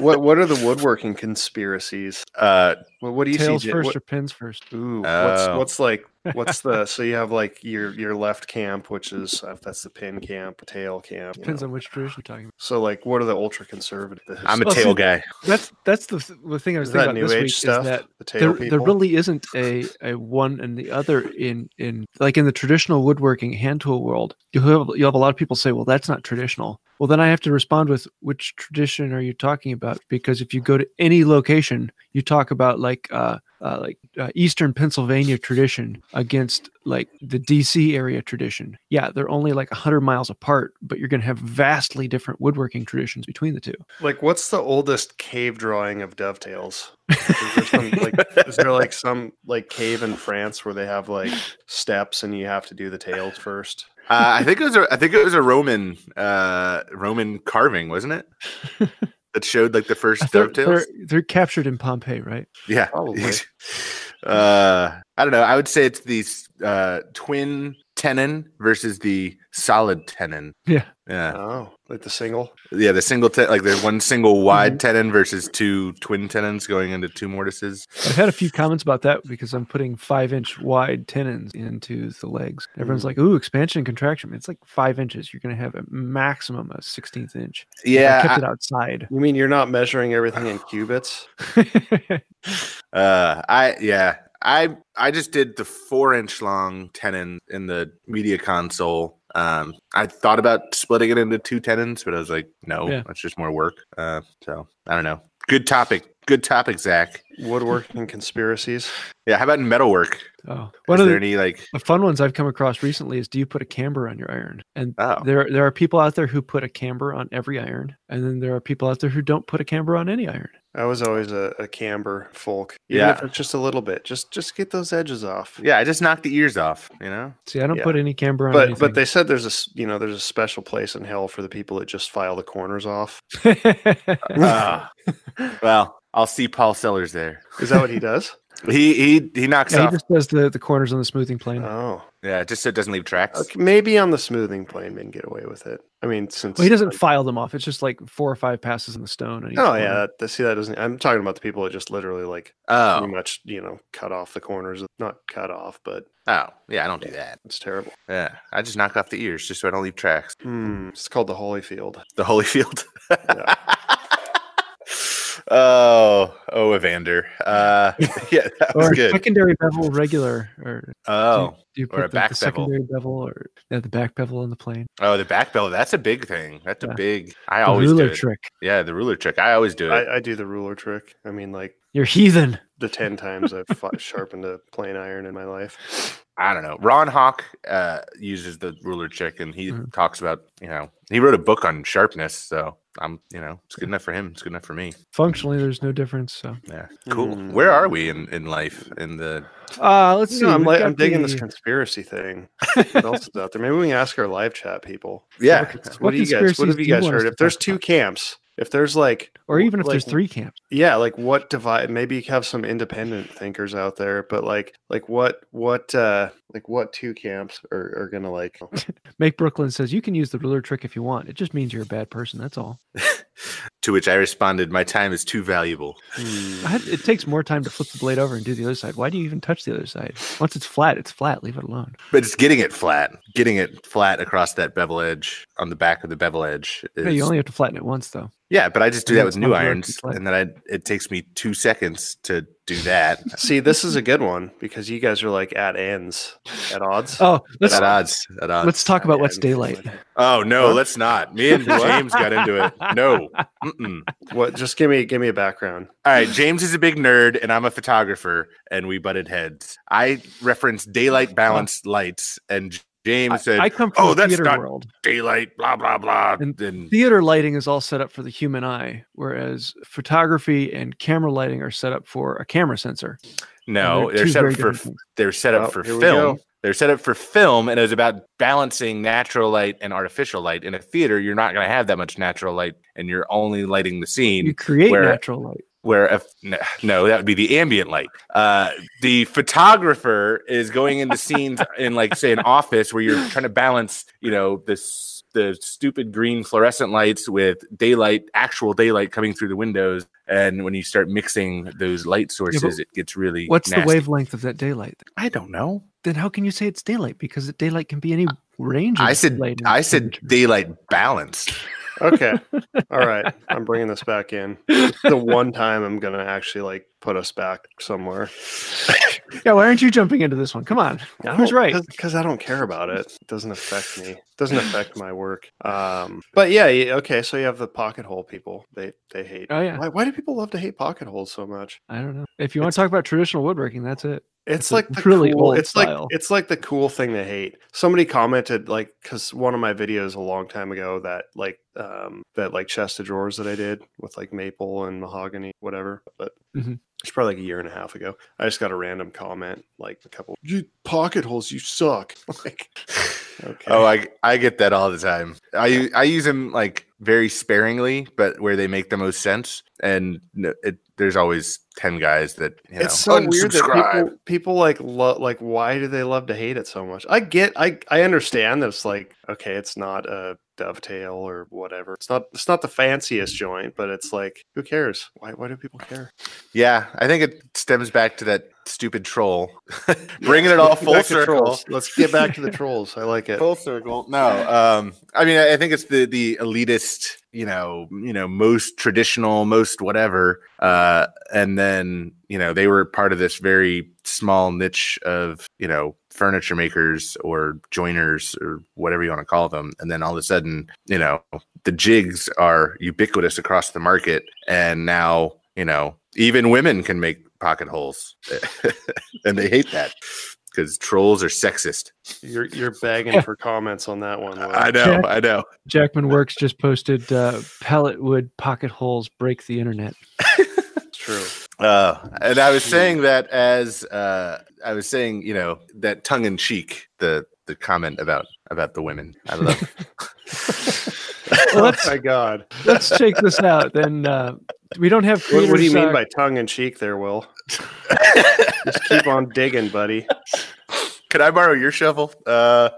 S3: what what are the woodworking conspiracies?
S4: Uh,
S3: What what do you
S2: Tails
S3: see? Jay?
S2: first
S3: What-
S2: or pins first?
S3: Ooh, what's
S4: Oh.
S3: what's like what's the so you have like your your left camp, which is uh, that's the pin camp, tail camp. you
S2: Depends
S3: know.
S2: on which tradition you're talking about.
S3: So like, what are the ultra conservative?
S4: I'm a
S2: Well, see,
S3: *laughs*
S4: tail guy.
S2: That's that's the, th- the thing I was
S3: Is
S2: thinking about
S3: that new
S2: this
S3: age
S2: week
S3: stuff?
S2: is that
S3: the
S2: there,
S3: tail
S2: there
S3: people?
S2: really isn't a, a one and the other in in like in the traditional woodworking hand tool world you have you have a lot of people say well that's not traditional well then i have to respond with which tradition are you talking about because if you go to any location you talk about like uh, uh like uh, eastern pennsylvania tradition against like the dc area tradition yeah they're only like 100 miles apart but you're going to have vastly different woodworking traditions between the two
S3: Like, what's the oldest cave drawing of dovetails? Is there, *laughs* some, like, is there like some like cave in France where they have like steps and you have to do the tails first?
S4: Uh, I think it was a I think it was a Roman uh, Roman carving, wasn't
S3: *laughs*
S4: it? that showed like the first
S2: They're,
S4: dovetails.
S2: they're, they're captured in Pompeii, right?
S4: Yeah.
S2: *laughs*
S3: Probably.
S4: uh, I don't know. I would say it's the uh, twin tenon versus the solid tenon.
S2: Yeah.
S4: Yeah.
S3: Oh, like the single.
S4: Yeah. The single, te- like there's one single
S2: Mm-hmm.
S4: wide tenon versus two twin tenons going into two mortises.
S2: I've had a few comments about that because I'm putting five inch wide tenons into the legs. Everyone's like, ooh, expansion and contraction. It's like five inches. You're going to have a maximum a 16th inch. I
S4: Yeah.
S2: kept it outside. *laughs*
S3: You mean you're not measuring everything in cubits?
S4: I, uh, I, yeah. I, I just did the four inch long tenon in the media console. Um, I thought about splitting it into two tenons, but I was like, no,
S2: Yeah.
S4: that's just more work. Uh, so I don't know. Good topic. Good topic, Zach.
S3: Woodworking conspiracies.
S4: Yeah. How about metalwork?
S2: oh, one
S4: Is
S2: of
S4: there
S2: the,
S4: any like?
S2: the fun ones I've come across recently is do you put a camber on your iron? And
S4: Oh,
S2: there, there are people out there who put a camber on every iron. And then there are people out there who don't put a camber on any iron.
S3: I was always a, a camber folk. Even if
S4: Yeah.
S3: it's just a little bit. Just just get those edges off.
S4: yeah. I just knocked the ears off.
S2: *laughs*
S4: You know.
S2: See, I don't
S3: Yeah.
S2: put any camber on
S3: But
S2: anything. *laughs*
S3: but they said there's a s- you know there's a special place in hell for the people that just file the corners off.
S4: Ah. well, I'll see Paul Sellers there.
S3: Is that what he does?
S4: He he he knocks
S2: Yeah, he
S4: off.
S2: just does the, the corners on the smoothing plane.
S3: Oh,
S4: yeah, just so it doesn't leave tracks.
S3: okay, maybe on the smoothing plane and get away with it. I mean, since
S2: well, he doesn't file them off. It's just like four or five passes in the stone. on each
S3: Oh
S2: corner.
S3: yeah, that- that, see that doesn't. I'm talking about the people that just literally like
S4: Oh,
S3: pretty much you know cut off the corners. Not cut off, but
S4: oh, yeah. I don't do that.
S3: it's terrible.
S4: Yeah, I just knock off the ears just so I don't leave tracks.
S3: Hmm, it's called the Holyfield.
S4: The Holyfield. *laughs* oh, oh, Evander.
S2: *laughs*
S4: Uh, *laughs* yeah, that was
S2: Or a
S4: good.
S2: secondary bevel regular. Or do you- *laughs*
S4: Oh,
S2: do you put
S4: or a
S2: the,
S4: back
S2: the
S4: bevel.
S2: secondary bevel or yeah, the back bevel on the plane?
S4: oh, the back belt. That's a big thing. That's
S2: Yeah.
S4: a big. I
S2: The
S4: always do
S2: ruler
S4: it.
S2: trick.
S4: Yeah, the ruler trick. I always do it.
S3: I, I do the ruler trick. I mean, like
S2: You're heathen.
S3: the ten times I've fi- sharpened a plane iron in my life.
S4: I don't know. Ron Hawk uh, uses the ruler trick, and he
S2: Mhm.
S4: talks about you know he wrote a book on sharpness. So I'm you know it's good enough for him. It's good enough for me.
S2: Functionally, there's no difference. So,
S4: Yeah, cool. Where
S2: Mm-hmm.
S4: are we in in life? In the
S2: uh, let's see.
S3: No, I'm,
S2: we've
S3: like,
S2: got
S3: I'm digging this
S2: the- *laughs*
S3: conspiracy thing. what else is out there? Maybe we can ask our live chat people.
S4: yeah,
S3: What,
S2: What
S3: do you guys? What
S2: conspiracies
S3: have
S2: do
S3: you
S2: you
S3: guys
S2: want us
S3: heard?
S2: to
S3: If there's
S2: talk
S3: two
S2: about?
S3: camps, if there's like,
S2: or even if
S3: like,
S2: there's three camps.
S3: yeah, like what divide? Maybe you have some independent thinkers out there, but like, like what, what, uh like what two camps are, are gonna like?
S2: Make Brooklyn says you can use the ruler trick if you want. It just means you're a bad person. That's all.
S4: to which I responded, "My time is too valuable."
S3: hmm,
S2: I had- it takes more time to flip the blade over and do the other side. Why do you even touch the other side? Once it's flat, it's flat. Leave it alone.
S4: But it's getting it flat, getting it flat across that bevel edge on the back of the bevel edge. Is,
S2: No, you only have to flatten it once, though.
S4: yeah, but I just do
S2: Yeah,
S4: that
S2: it's
S4: with
S2: not
S4: new
S2: hard to
S4: irons,
S2: play.
S4: and then I it takes me two seconds to do that.
S3: See, this is a good one because you guys are like at ends, at odds.
S2: Oh, let's
S4: at odds. At odds.
S2: let's talk about
S3: Yeah,
S2: what's
S3: I'm feeling
S2: daylight.
S4: Oh no,
S3: Huh?
S4: let's not. Me
S2: *laughs*
S4: and James got into it. No. Mm-mm.
S3: What? Just give me, give me a background.
S4: All right, James is a big nerd and I'm a photographer and we butted heads. I referenced daylight balanced lights and J- James
S2: I,
S4: said
S2: I come from
S4: "Oh,
S2: the
S4: that's
S2: theater
S4: not-
S2: world.
S4: daylight blah blah blah
S2: And
S4: and, and
S2: Theater lighting is all set up for the human eye, whereas photography and camera lighting are set up for a camera sensor. And
S4: no,
S2: two
S4: they're set
S2: very
S4: up for
S2: different things.
S4: they're set up
S3: Oh,
S4: for
S3: here we
S4: film.
S3: go.
S4: They're set up for film and it was about balancing natural light and artificial light. In a theater, you're not going to have that much natural light and you're only lighting the scene.
S2: you create
S4: where-
S2: natural light.
S4: where if n- no that would be the ambient light uh the photographer is going
S2: *laughs*
S4: into scenes in like say an office where you're trying to balance you know this the stupid green fluorescent lights with daylight actual daylight coming through the windows and when you start mixing those light sources it gets really
S2: What's the
S4: nasty.
S2: wavelength of that daylight?
S4: i don't know
S2: Then how can you say it's daylight? Because the daylight can be any range.
S4: i
S2: of
S4: said
S2: light and
S4: i said
S2: temperature.
S4: daylight balanced
S3: Okay. All right. I'm bringing this back in. It's the one time I'm going to actually like put us back somewhere.
S2: yeah. Why aren't you jumping into this one? Come on, who's right?
S3: Because I don't care about it. It doesn't affect me. It doesn't affect my work. Um, but yeah, y- okay. So you have the pocket hole people. They they hate.
S2: Oh yeah,
S3: Why, why do people love to hate pocket holes so much?
S2: I don't know. If you want to talk about traditional woodworking, that's it.
S3: It's
S2: a
S3: like the
S2: really
S3: cool,
S2: old
S3: it's
S2: style.
S3: like it's like the cool thing to hate. Somebody commented like because one of my videos a long time ago that like um that like chest of drawers that I did with like maple and mahogany whatever, but
S2: Mhm.
S3: it's probably like a year and a half ago. I just got a random comment *laughs* like a couple you pocket holes, you suck. Like Okay.
S4: Oh, I I get that all the time. I u- I use them like very sparingly, but where they make the most sense, and no- it, there's always ten guys that you know.
S3: it's so weird that
S4: unsubscribe.
S3: people, people like love like why do they love to hate it so much? I get I I understand that it's like okay, it's not a dovetail or whatever. It's not it's not the fanciest joint, but it's like who cares? Why why do people care?
S4: yeah, I think it stems back to that stupid troll, *laughs* bringing it all
S3: Let's get
S4: full
S3: back to
S4: circle.
S3: trolls. Let's get back to the trolls. I like it.
S4: Full circle. No, um, I mean, I I think it's the the elitist, you know, you know, most traditional, most whatever, uh, and then you know they were part of this very small niche of you know furniture makers or joiners or whatever you want to call them, and then all of a sudden, you know, the jigs are ubiquitous across the market, and now you know even women can make pocket holes, *laughs* and they hate that because trolls are sexist.
S3: You're you're begging for comments on that one. Lloyd.
S4: *laughs* I know, I know.
S2: Jackman Works just posted uh, pellet wood pocket holes break the internet.
S3: It's true.
S4: Uh, and I was
S3: Hmm.
S4: saying that as uh, I was saying, you know, that tongue in cheek, the the comment about about the women. I love.
S2: Well,
S3: oh
S2: let's-
S3: my god.
S2: Let's check this out. Then uh, we don't have
S3: What,
S2: creators.
S3: what do you mean
S2: uh,
S3: by tongue in cheek there,
S4: *laughs*
S3: Will? Just keep on digging, buddy.
S4: Could I borrow your shovel? Uh,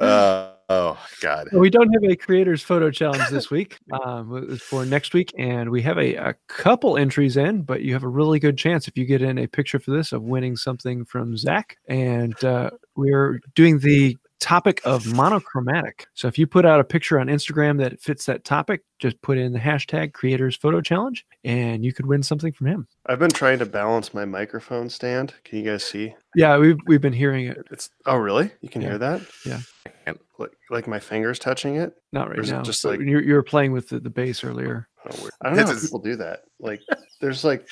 S4: uh, oh God. *clears throat*
S2: Well, we don't have a creators photo challenge
S3: *laughs*
S2: this week um, it was for next week and we have a, a couple entries in but you have a really good chance if you get in a picture for this of winning something from zach and uh, we're doing the topic of monochromatic so if you put out a picture on instagram that fits that topic just put in the hashtag creators photo challenge and you could win something from him
S3: I've been trying to balance my microphone stand. Can you guys see?
S2: yeah we've, we've been hearing it
S3: It's oh really? You can
S2: Yeah.
S3: hear that?
S2: Yeah.
S4: And-
S3: Like like my fingers touching it.
S2: not right
S3: Or is it
S2: now
S3: just
S2: but
S3: like-
S2: you, you were playing with the, the bass earlier
S3: Oh, weird. I don't
S4: This
S3: know how
S4: is-
S3: people do that. Like there's like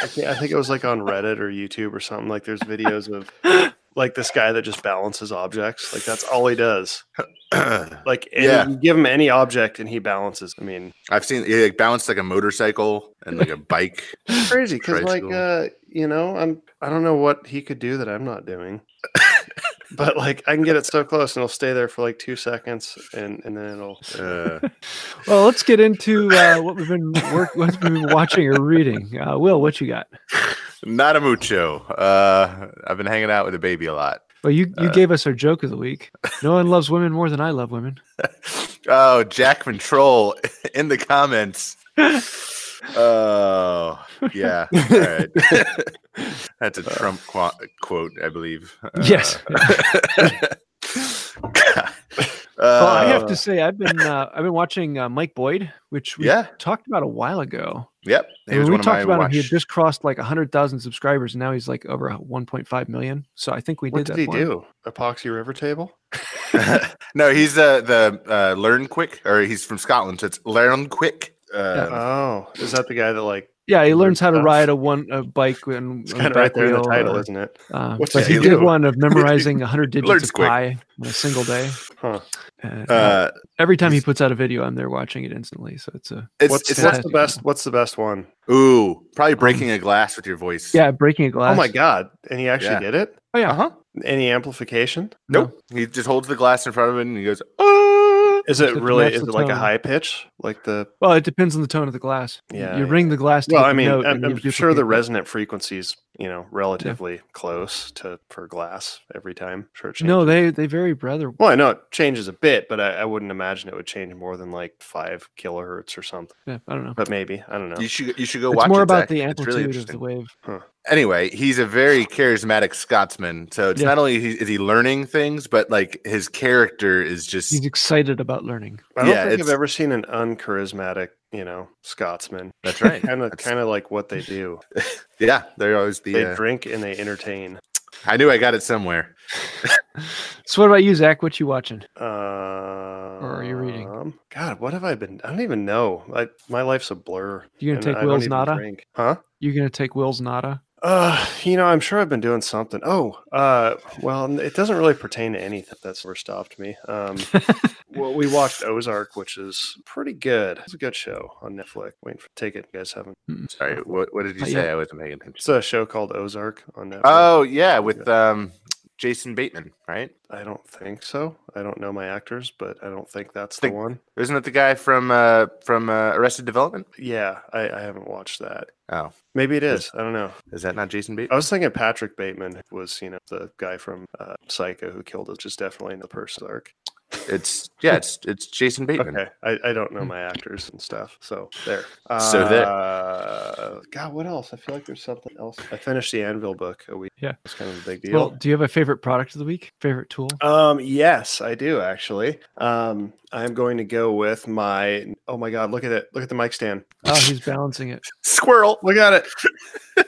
S3: I, think, I think it was like on Reddit or YouTube or something. Like there's videos of like this guy that just balances objects. Like that's all he does. Like and
S4: Yeah.
S3: you give him any object and he balances. I mean,
S4: I've seen it like balanced like a motorcycle and like a bike.
S3: it's crazy because like
S4: Tricycle.
S3: uh, you know, I'm I don't know what he could do that I'm not doing. *laughs* But like I can get it so close and it'll stay there for like two seconds and and then it'll
S4: Uh,
S2: Well, let's get into uh, what we've been work, what we've been watching or reading. Uh, Will, what you got?
S4: not a mucho. Uh, I've been hanging out with a baby a lot.
S2: Well, you you
S4: Uh,
S2: gave us our joke of the week. No one loves women more than I love women.
S4: Oh, Jackman troll *laughs* in the comments. Oh, yeah. All
S2: *laughs*
S4: right. That's a Trump qua quote, I believe.
S2: Uh.
S4: Uh, *laughs*
S2: Yes. Well, I have
S4: Uh,
S2: to say I've been uh, I've been watching uh, Mike Boyd, which we
S4: Yeah.
S2: talked about a while ago.
S4: Yep. He
S2: And
S4: was
S2: when we
S4: one of
S2: talked
S4: my
S2: about him, he had
S4: watch.
S2: just crossed like hundred thousand subscribers, and now he's like over 1.5 million. So I think we
S3: what
S2: did
S3: did
S2: that one.
S3: he do? Epoxy river table?
S4: *laughs* no, he's uh, the uh, Learn Quick, or he's from Scotland, so it's Learn Quick. Uh,
S3: Oh, is that the guy that like
S2: Yeah, he
S3: Learn
S2: learns how to
S3: stuff.
S2: ride a one a bike and
S3: it's kind of right there in the title, isn't it?
S2: Uh,
S3: What's
S2: but
S4: he
S2: he did
S4: do?
S2: one of memorizing 100 digits
S4: Learns
S2: of
S4: quick.
S2: pi in a single day.
S3: Huh.
S2: And, uh,
S4: uh,
S2: every time he
S4: he's-
S2: puts out a video, I'm there watching it instantly. So it's a
S4: it's,
S3: What's,
S4: it's
S3: what's
S4: not,
S2: not-
S3: the best? What's the best one?
S4: ooh, probably breaking a glass with your voice.
S2: yeah, breaking a glass.
S3: Oh my god! Uh-huh. And he actually
S4: Yeah.
S3: did it.
S2: Oh yeah.
S4: Uh huh.
S3: Any amplification?
S2: No.
S4: Nope. He just holds the glass in front of him and he goes, oh.
S3: Is it
S2: Except
S3: really?
S2: that's
S3: Is
S2: the
S3: it like a
S2: tone.
S3: high pitch? Like the?
S2: Well, it depends on the tone of the glass. You-
S3: Yeah,
S2: you
S3: yeah,
S2: ring the glass. To
S3: Well,
S2: get
S3: I
S2: the
S3: mean,
S2: note,
S3: I'm,
S2: and you
S3: I'm sure the
S2: duplicate it.
S3: resonant frequencies, you know, relatively close to per glass every time. Sure, it
S2: No,
S3: changes.
S2: they they vary, brother.
S3: Well, I know it changes a bit, but I, I wouldn't imagine it would change more than like five kilohertz or something.
S2: Yeah, I don't know.
S3: But maybe I don't know.
S4: You should you should go
S2: It's
S4: watch
S2: more
S4: it,
S2: about
S4: Zach.
S2: the
S4: It's really
S2: amplitude of the
S4: interesting.
S2: wave.
S4: Anyway, he's a very charismatic Scotsman. So it's
S2: Yeah.
S4: not only he- is he learning things, but like his character is
S2: He's *laughs*
S4: just
S2: excited about learning.
S3: I don't
S4: yeah,
S3: think I've
S4: it's-
S3: ever seen an uncharismatic, you know, Scotsman.
S4: that's right.
S3: Kind of,
S4: That's-
S3: kind of like what they do.
S4: Yeah, they're always the.
S3: They
S4: uh,
S3: drink and they entertain.
S4: I knew I got it somewhere.
S2: So what about you, Zach? What you watching?
S3: Uh, or
S2: are you reading?
S3: Um, God, what have I been? I don't even know. I, my life's a blur.
S2: You gonna
S3: and
S2: take
S3: I don't
S2: Will's
S3: even
S2: Nada?
S3: drink. Huh?
S2: You gonna take Will's Nada?
S3: Uh, you know, I'm sure I've been doing something. Oh, uh, well, n- it doesn't really pertain to anything that's ever stopped me.
S2: *laughs*
S3: Um, well, we watched Ozark, which is pretty good. It's a good show on Netflix. Waiting for take it. You guys haven't.
S4: Sorry, what, what did you
S2: Uh,
S4: say?
S2: yeah.
S4: I wasn't paying attention.
S3: It's a show called Ozark on Netflix.
S4: Oh yeah, with um, Jason Bateman, right?
S3: I don't think so. I don't know my actors, but I don't think that's
S4: Think-
S3: the one.
S4: Isn't that the guy from uh, from uh, Arrested Development?
S3: Yeah, I, I haven't watched that.
S4: Oh,
S3: Maybe it
S4: Yes.
S3: is. I don't know.
S4: is that not Jason
S3: I
S4: Bateman?
S3: was thinking Patrick Bateman was, you know, the guy from uh, Psycho who killed us, just definitely in the person arc.
S4: It's yeah, it's it's Jason Bateman.
S3: Okay, I, I don't know my actors and stuff, so there. Uh,
S4: So there.
S3: God, what else? I feel like there's something else. I finished the Anvil book a week.
S2: Yeah.
S3: it's kind of a big deal.
S2: Well, do you have a favorite product of the week? Favorite tool?
S3: Um, yes, I do actually. Um, I'm going to go with my. Oh my God, look at it! Look at the mic stand.
S2: Oh, he's balancing
S3: *laughs*
S2: it.
S4: Squirrel.
S3: Look at it.
S2: There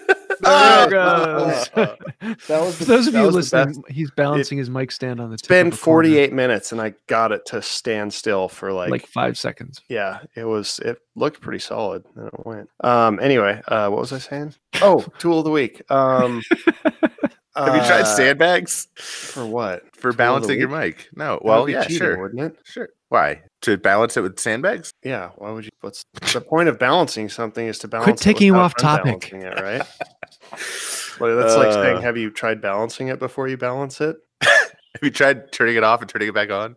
S3: Ah,
S2: it
S3: ah, ah, ah.
S2: goes.
S3: that
S2: *laughs*
S3: was
S2: For
S3: the-
S2: those of
S3: that
S2: you
S3: was the
S2: listening,
S3: best.
S2: he's balancing his mic stand on the.
S3: It's
S2: tip of
S3: been
S2: a corner
S3: 48 minutes, and I got it to stand still for
S2: like,
S3: like,
S2: five seconds.
S3: yeah, it was it looked pretty solid. And it went. Um, anyway, uh, what was I saying? Oh, tool of the week. Um,
S4: Have you tried
S3: uh,
S4: sandbags
S3: for what?
S4: for
S3: tool of the
S4: balancing your
S3: week?
S4: mic? No.
S3: That would
S4: Well,
S3: be
S4: yeah,
S3: cheating,
S4: sure,
S3: wouldn't it?
S4: sure. Why to balance it with sandbags? *laughs*
S3: Yeah, why would you? What's the point of balancing something is to balance. it
S2: taking you
S3: without
S2: off topic.
S3: unbalancing It, right? Well, that's like saying,
S4: Uh,
S3: have you tried balancing it before you balance it?
S4: Have you tried turning it off and turning it back on?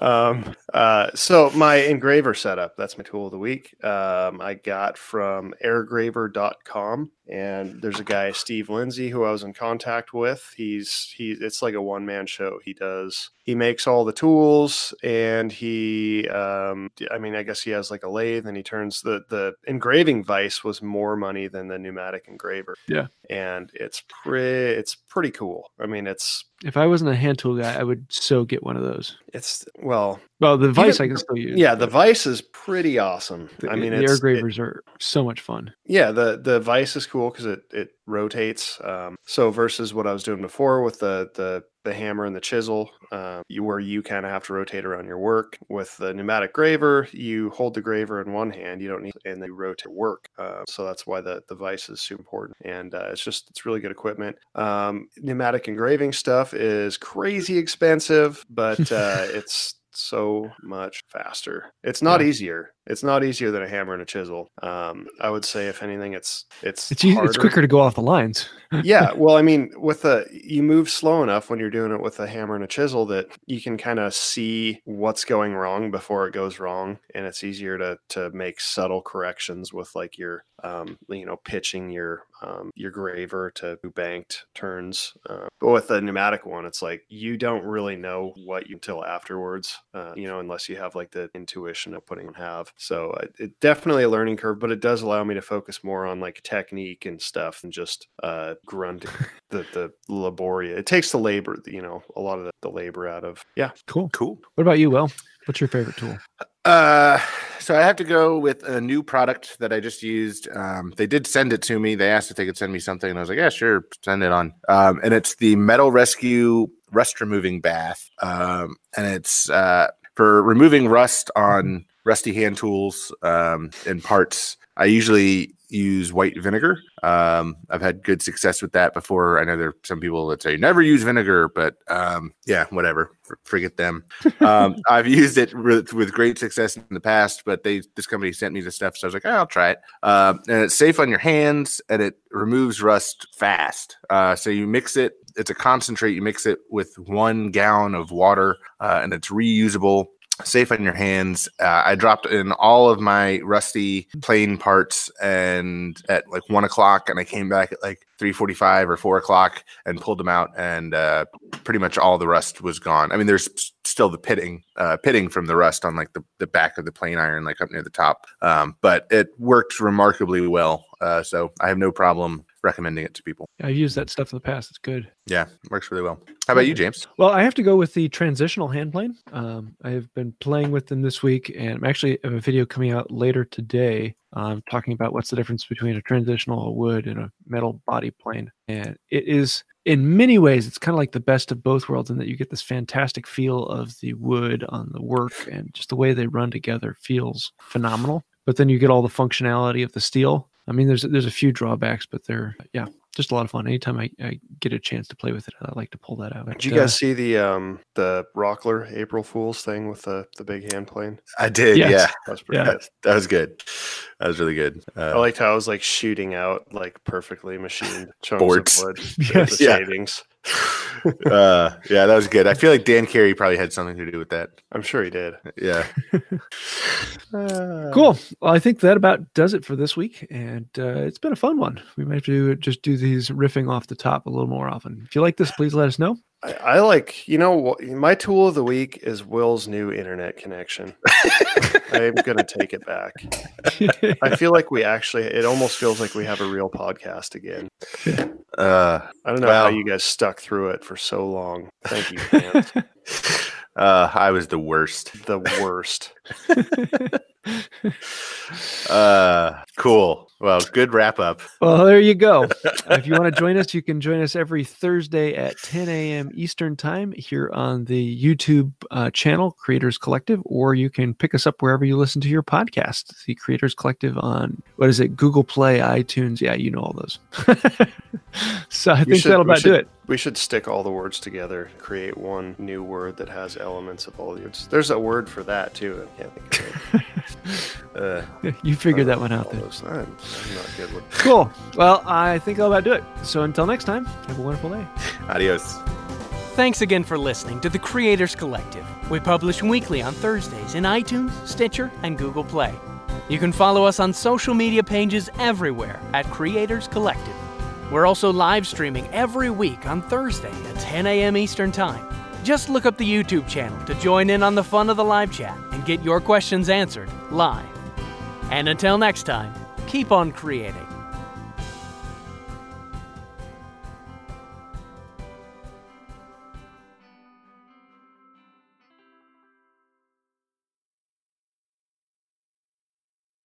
S3: Um, uh, so my engraver setup, that's my tool of the week. Um, I got from airgraver.com and there's a guy, Steve Lindsay, who I was in contact with. He's, he, it's like a one man show. He does, he makes all the tools and he, um, d- I mean, I guess he has like a lathe and he turns the, the engraving vise was more money than the pneumatic engraver.
S2: Yeah.
S3: And it's pretty, it's pretty cool. I mean, it's,
S2: If I wasn't a hand tool guy, I would so get one of those.
S3: it's well,
S2: Well, the vice I can still use.
S3: Yeah, the Vice is pretty awesome.
S2: The,
S3: I mean,
S2: the
S3: it's,
S2: air
S3: it-
S2: gravers are so much fun.
S3: yeah, the the Vice is cool because it it rotates. Um, so versus what I was doing before with the the the hammer and the chisel, um, you where you kind of have to rotate around your work. With the pneumatic graver, you hold the graver in one hand. You don't need and then you rotate work. Uh, so that's why the the Vice is so important. And uh, it's just it's really good equipment. Um, pneumatic engraving stuff is crazy expensive, but uh, it's so much faster. It's not
S2: Yeah.
S3: easier. It's not easier than a hammer and a chisel. Um, I would say, if anything, it's it's
S2: It's easy, it's
S3: harder.
S2: quicker to go off the lines.
S3: yeah. Well, I mean, with a you move slow enough when you're doing it with a hammer and a chisel that you can kind of see what's going wrong before it goes wrong, and it's easier to to make subtle corrections with like your um, you know pitching your um, your graver to banked turns. Uh, but with the pneumatic one, it's like you don't really know what you until afterwards, uh, you know, unless you have like the intuition of putting on have. So uh, it definitely a learning curve, but it does allow me to focus more on like technique and stuff than just uh, grunting the the laborious. It takes the labor, you know, a lot of the, the labor out of. Yeah,
S2: Cool.
S4: Cool.
S2: What about you, Will? What's your favorite tool?
S4: Uh, so I have to go with a new product that I just used. Um, they did send it to me. They asked if they could send me something, and I was like, "Yeah, sure, send it on." Um, and it's the Metal Rescue Rust Removing Bath, um, and it's uh, for removing rust on rusty hand tools um, and parts. I usually use white vinegar. Um, I've had good success with that before. I know there are some people that say never use vinegar, but um, yeah, whatever. F- forget them. Um, I've used it re- with great success in the past, but they this company sent me the stuff, so I was like, "Oh, I'll try it. Um, and it's safe on your hands, and it removes rust fast. Uh, so you mix it. It's a concentrate. You mix it with one gallon of water, uh, and it's reusable safe on your hands. Uh, I dropped in all of my rusty plane parts, and at like one o'clock, and I came back at like three forty-five or four o'clock, and pulled them out, and uh, pretty much all the rust was gone. I mean, there's s- still the pitting, uh, pitting from the rust on like the, the back of the plane iron, like up near the top, um, but it worked remarkably well. Uh, so I have no problem recommending it to people.
S2: I've used that stuff in the past. It's good.
S4: Yeah, works really well. How about you, James?
S2: Well, I have to go with the transitional hand plane. Um, I have been playing with them this week, and I'm actually I have a video coming out later today um, talking about what's the difference between a transitional wood and a metal body plane. And it is, in many ways, it's kind of like the best of both worlds in that you get this fantastic feel of the wood on the work, and just the way they run together feels phenomenal. But then you get all the functionality of the steel. I mean, there's there's a few drawbacks, but they're yeah, just a lot of fun. Anytime I, I get a chance to play with it, I like to pull that out.
S3: did you
S2: But, uh,
S3: guys see the um the Rockler April Fools thing with the the big hand plane?
S4: I did.
S2: Yes.
S4: Yeah,
S3: That was pretty
S2: Yeah.
S3: good.
S4: that was good. That was really good. Uh,
S3: I
S4: *laughs*
S3: liked how I was like shooting out like perfectly machined chunks
S4: Boards.
S3: of wood. the-
S2: Yes.
S3: The
S4: Yeah. *laughs*
S3: shavings.
S4: uh, yeah, that was good. I feel like Dan Carey probably had something to do with that.
S3: I'm sure he did.
S4: Yeah.
S2: Cool. Well, I think that about does it for this week, and uh, it's been a fun one. We might have to just do these riffing off the top a little more often. If you like this, please let us
S3: *laughs*
S2: know.
S3: I, I like, you know, wh- my tool of the week is Will's new internet
S4: *laughs*
S3: connection. I'm gonna take it back. I feel like we actually, it almost feels like we have a real podcast again.
S4: Uh,
S3: I don't know how
S4: Well-
S3: you guys stuck through it for so long. Thank
S4: *laughs*
S3: you, fans.
S4: uh, I was the worst.
S3: the worst.
S4: Uh, cool. Well, good wrap up.
S2: Well, there you go. if you want to join us, you can join us every Thursday at 10 a.m. Eastern Time here on the YouTube uh, channel, Creators Collective, or you can pick us up wherever you listen to your podcast, the Creators Collective on, what is it, Google Play, iTunes. Yeah, you know all those. *laughs* so I
S3: We
S2: think
S3: should-
S2: that'll
S3: we
S2: about
S3: should-
S2: do it.
S3: We should stick all the words together, create one new word that has elements of all the words. There's a word for that too. I can't think
S2: *laughs*
S3: of it.
S4: Uh,
S2: You figured
S3: Uh,
S2: that one out
S3: all
S2: then.
S3: those- I'm, I'm not good with
S2: Cool. Well, I think that'll about do it. So until next time, have a wonderful day.
S4: adios.
S1: Thanks again for listening to the Creators Collective. We publish weekly on Thursdays in iTunes, Stitcher, and Google Play. You can follow us on social media pages everywhere at Creators Collective. We're also live streaming every week on Thursday at 10 a.m. Eastern Time. Just look up the YouTube channel to join in on the fun of the live chat and get your questions answered live. And until next time, keep on creating.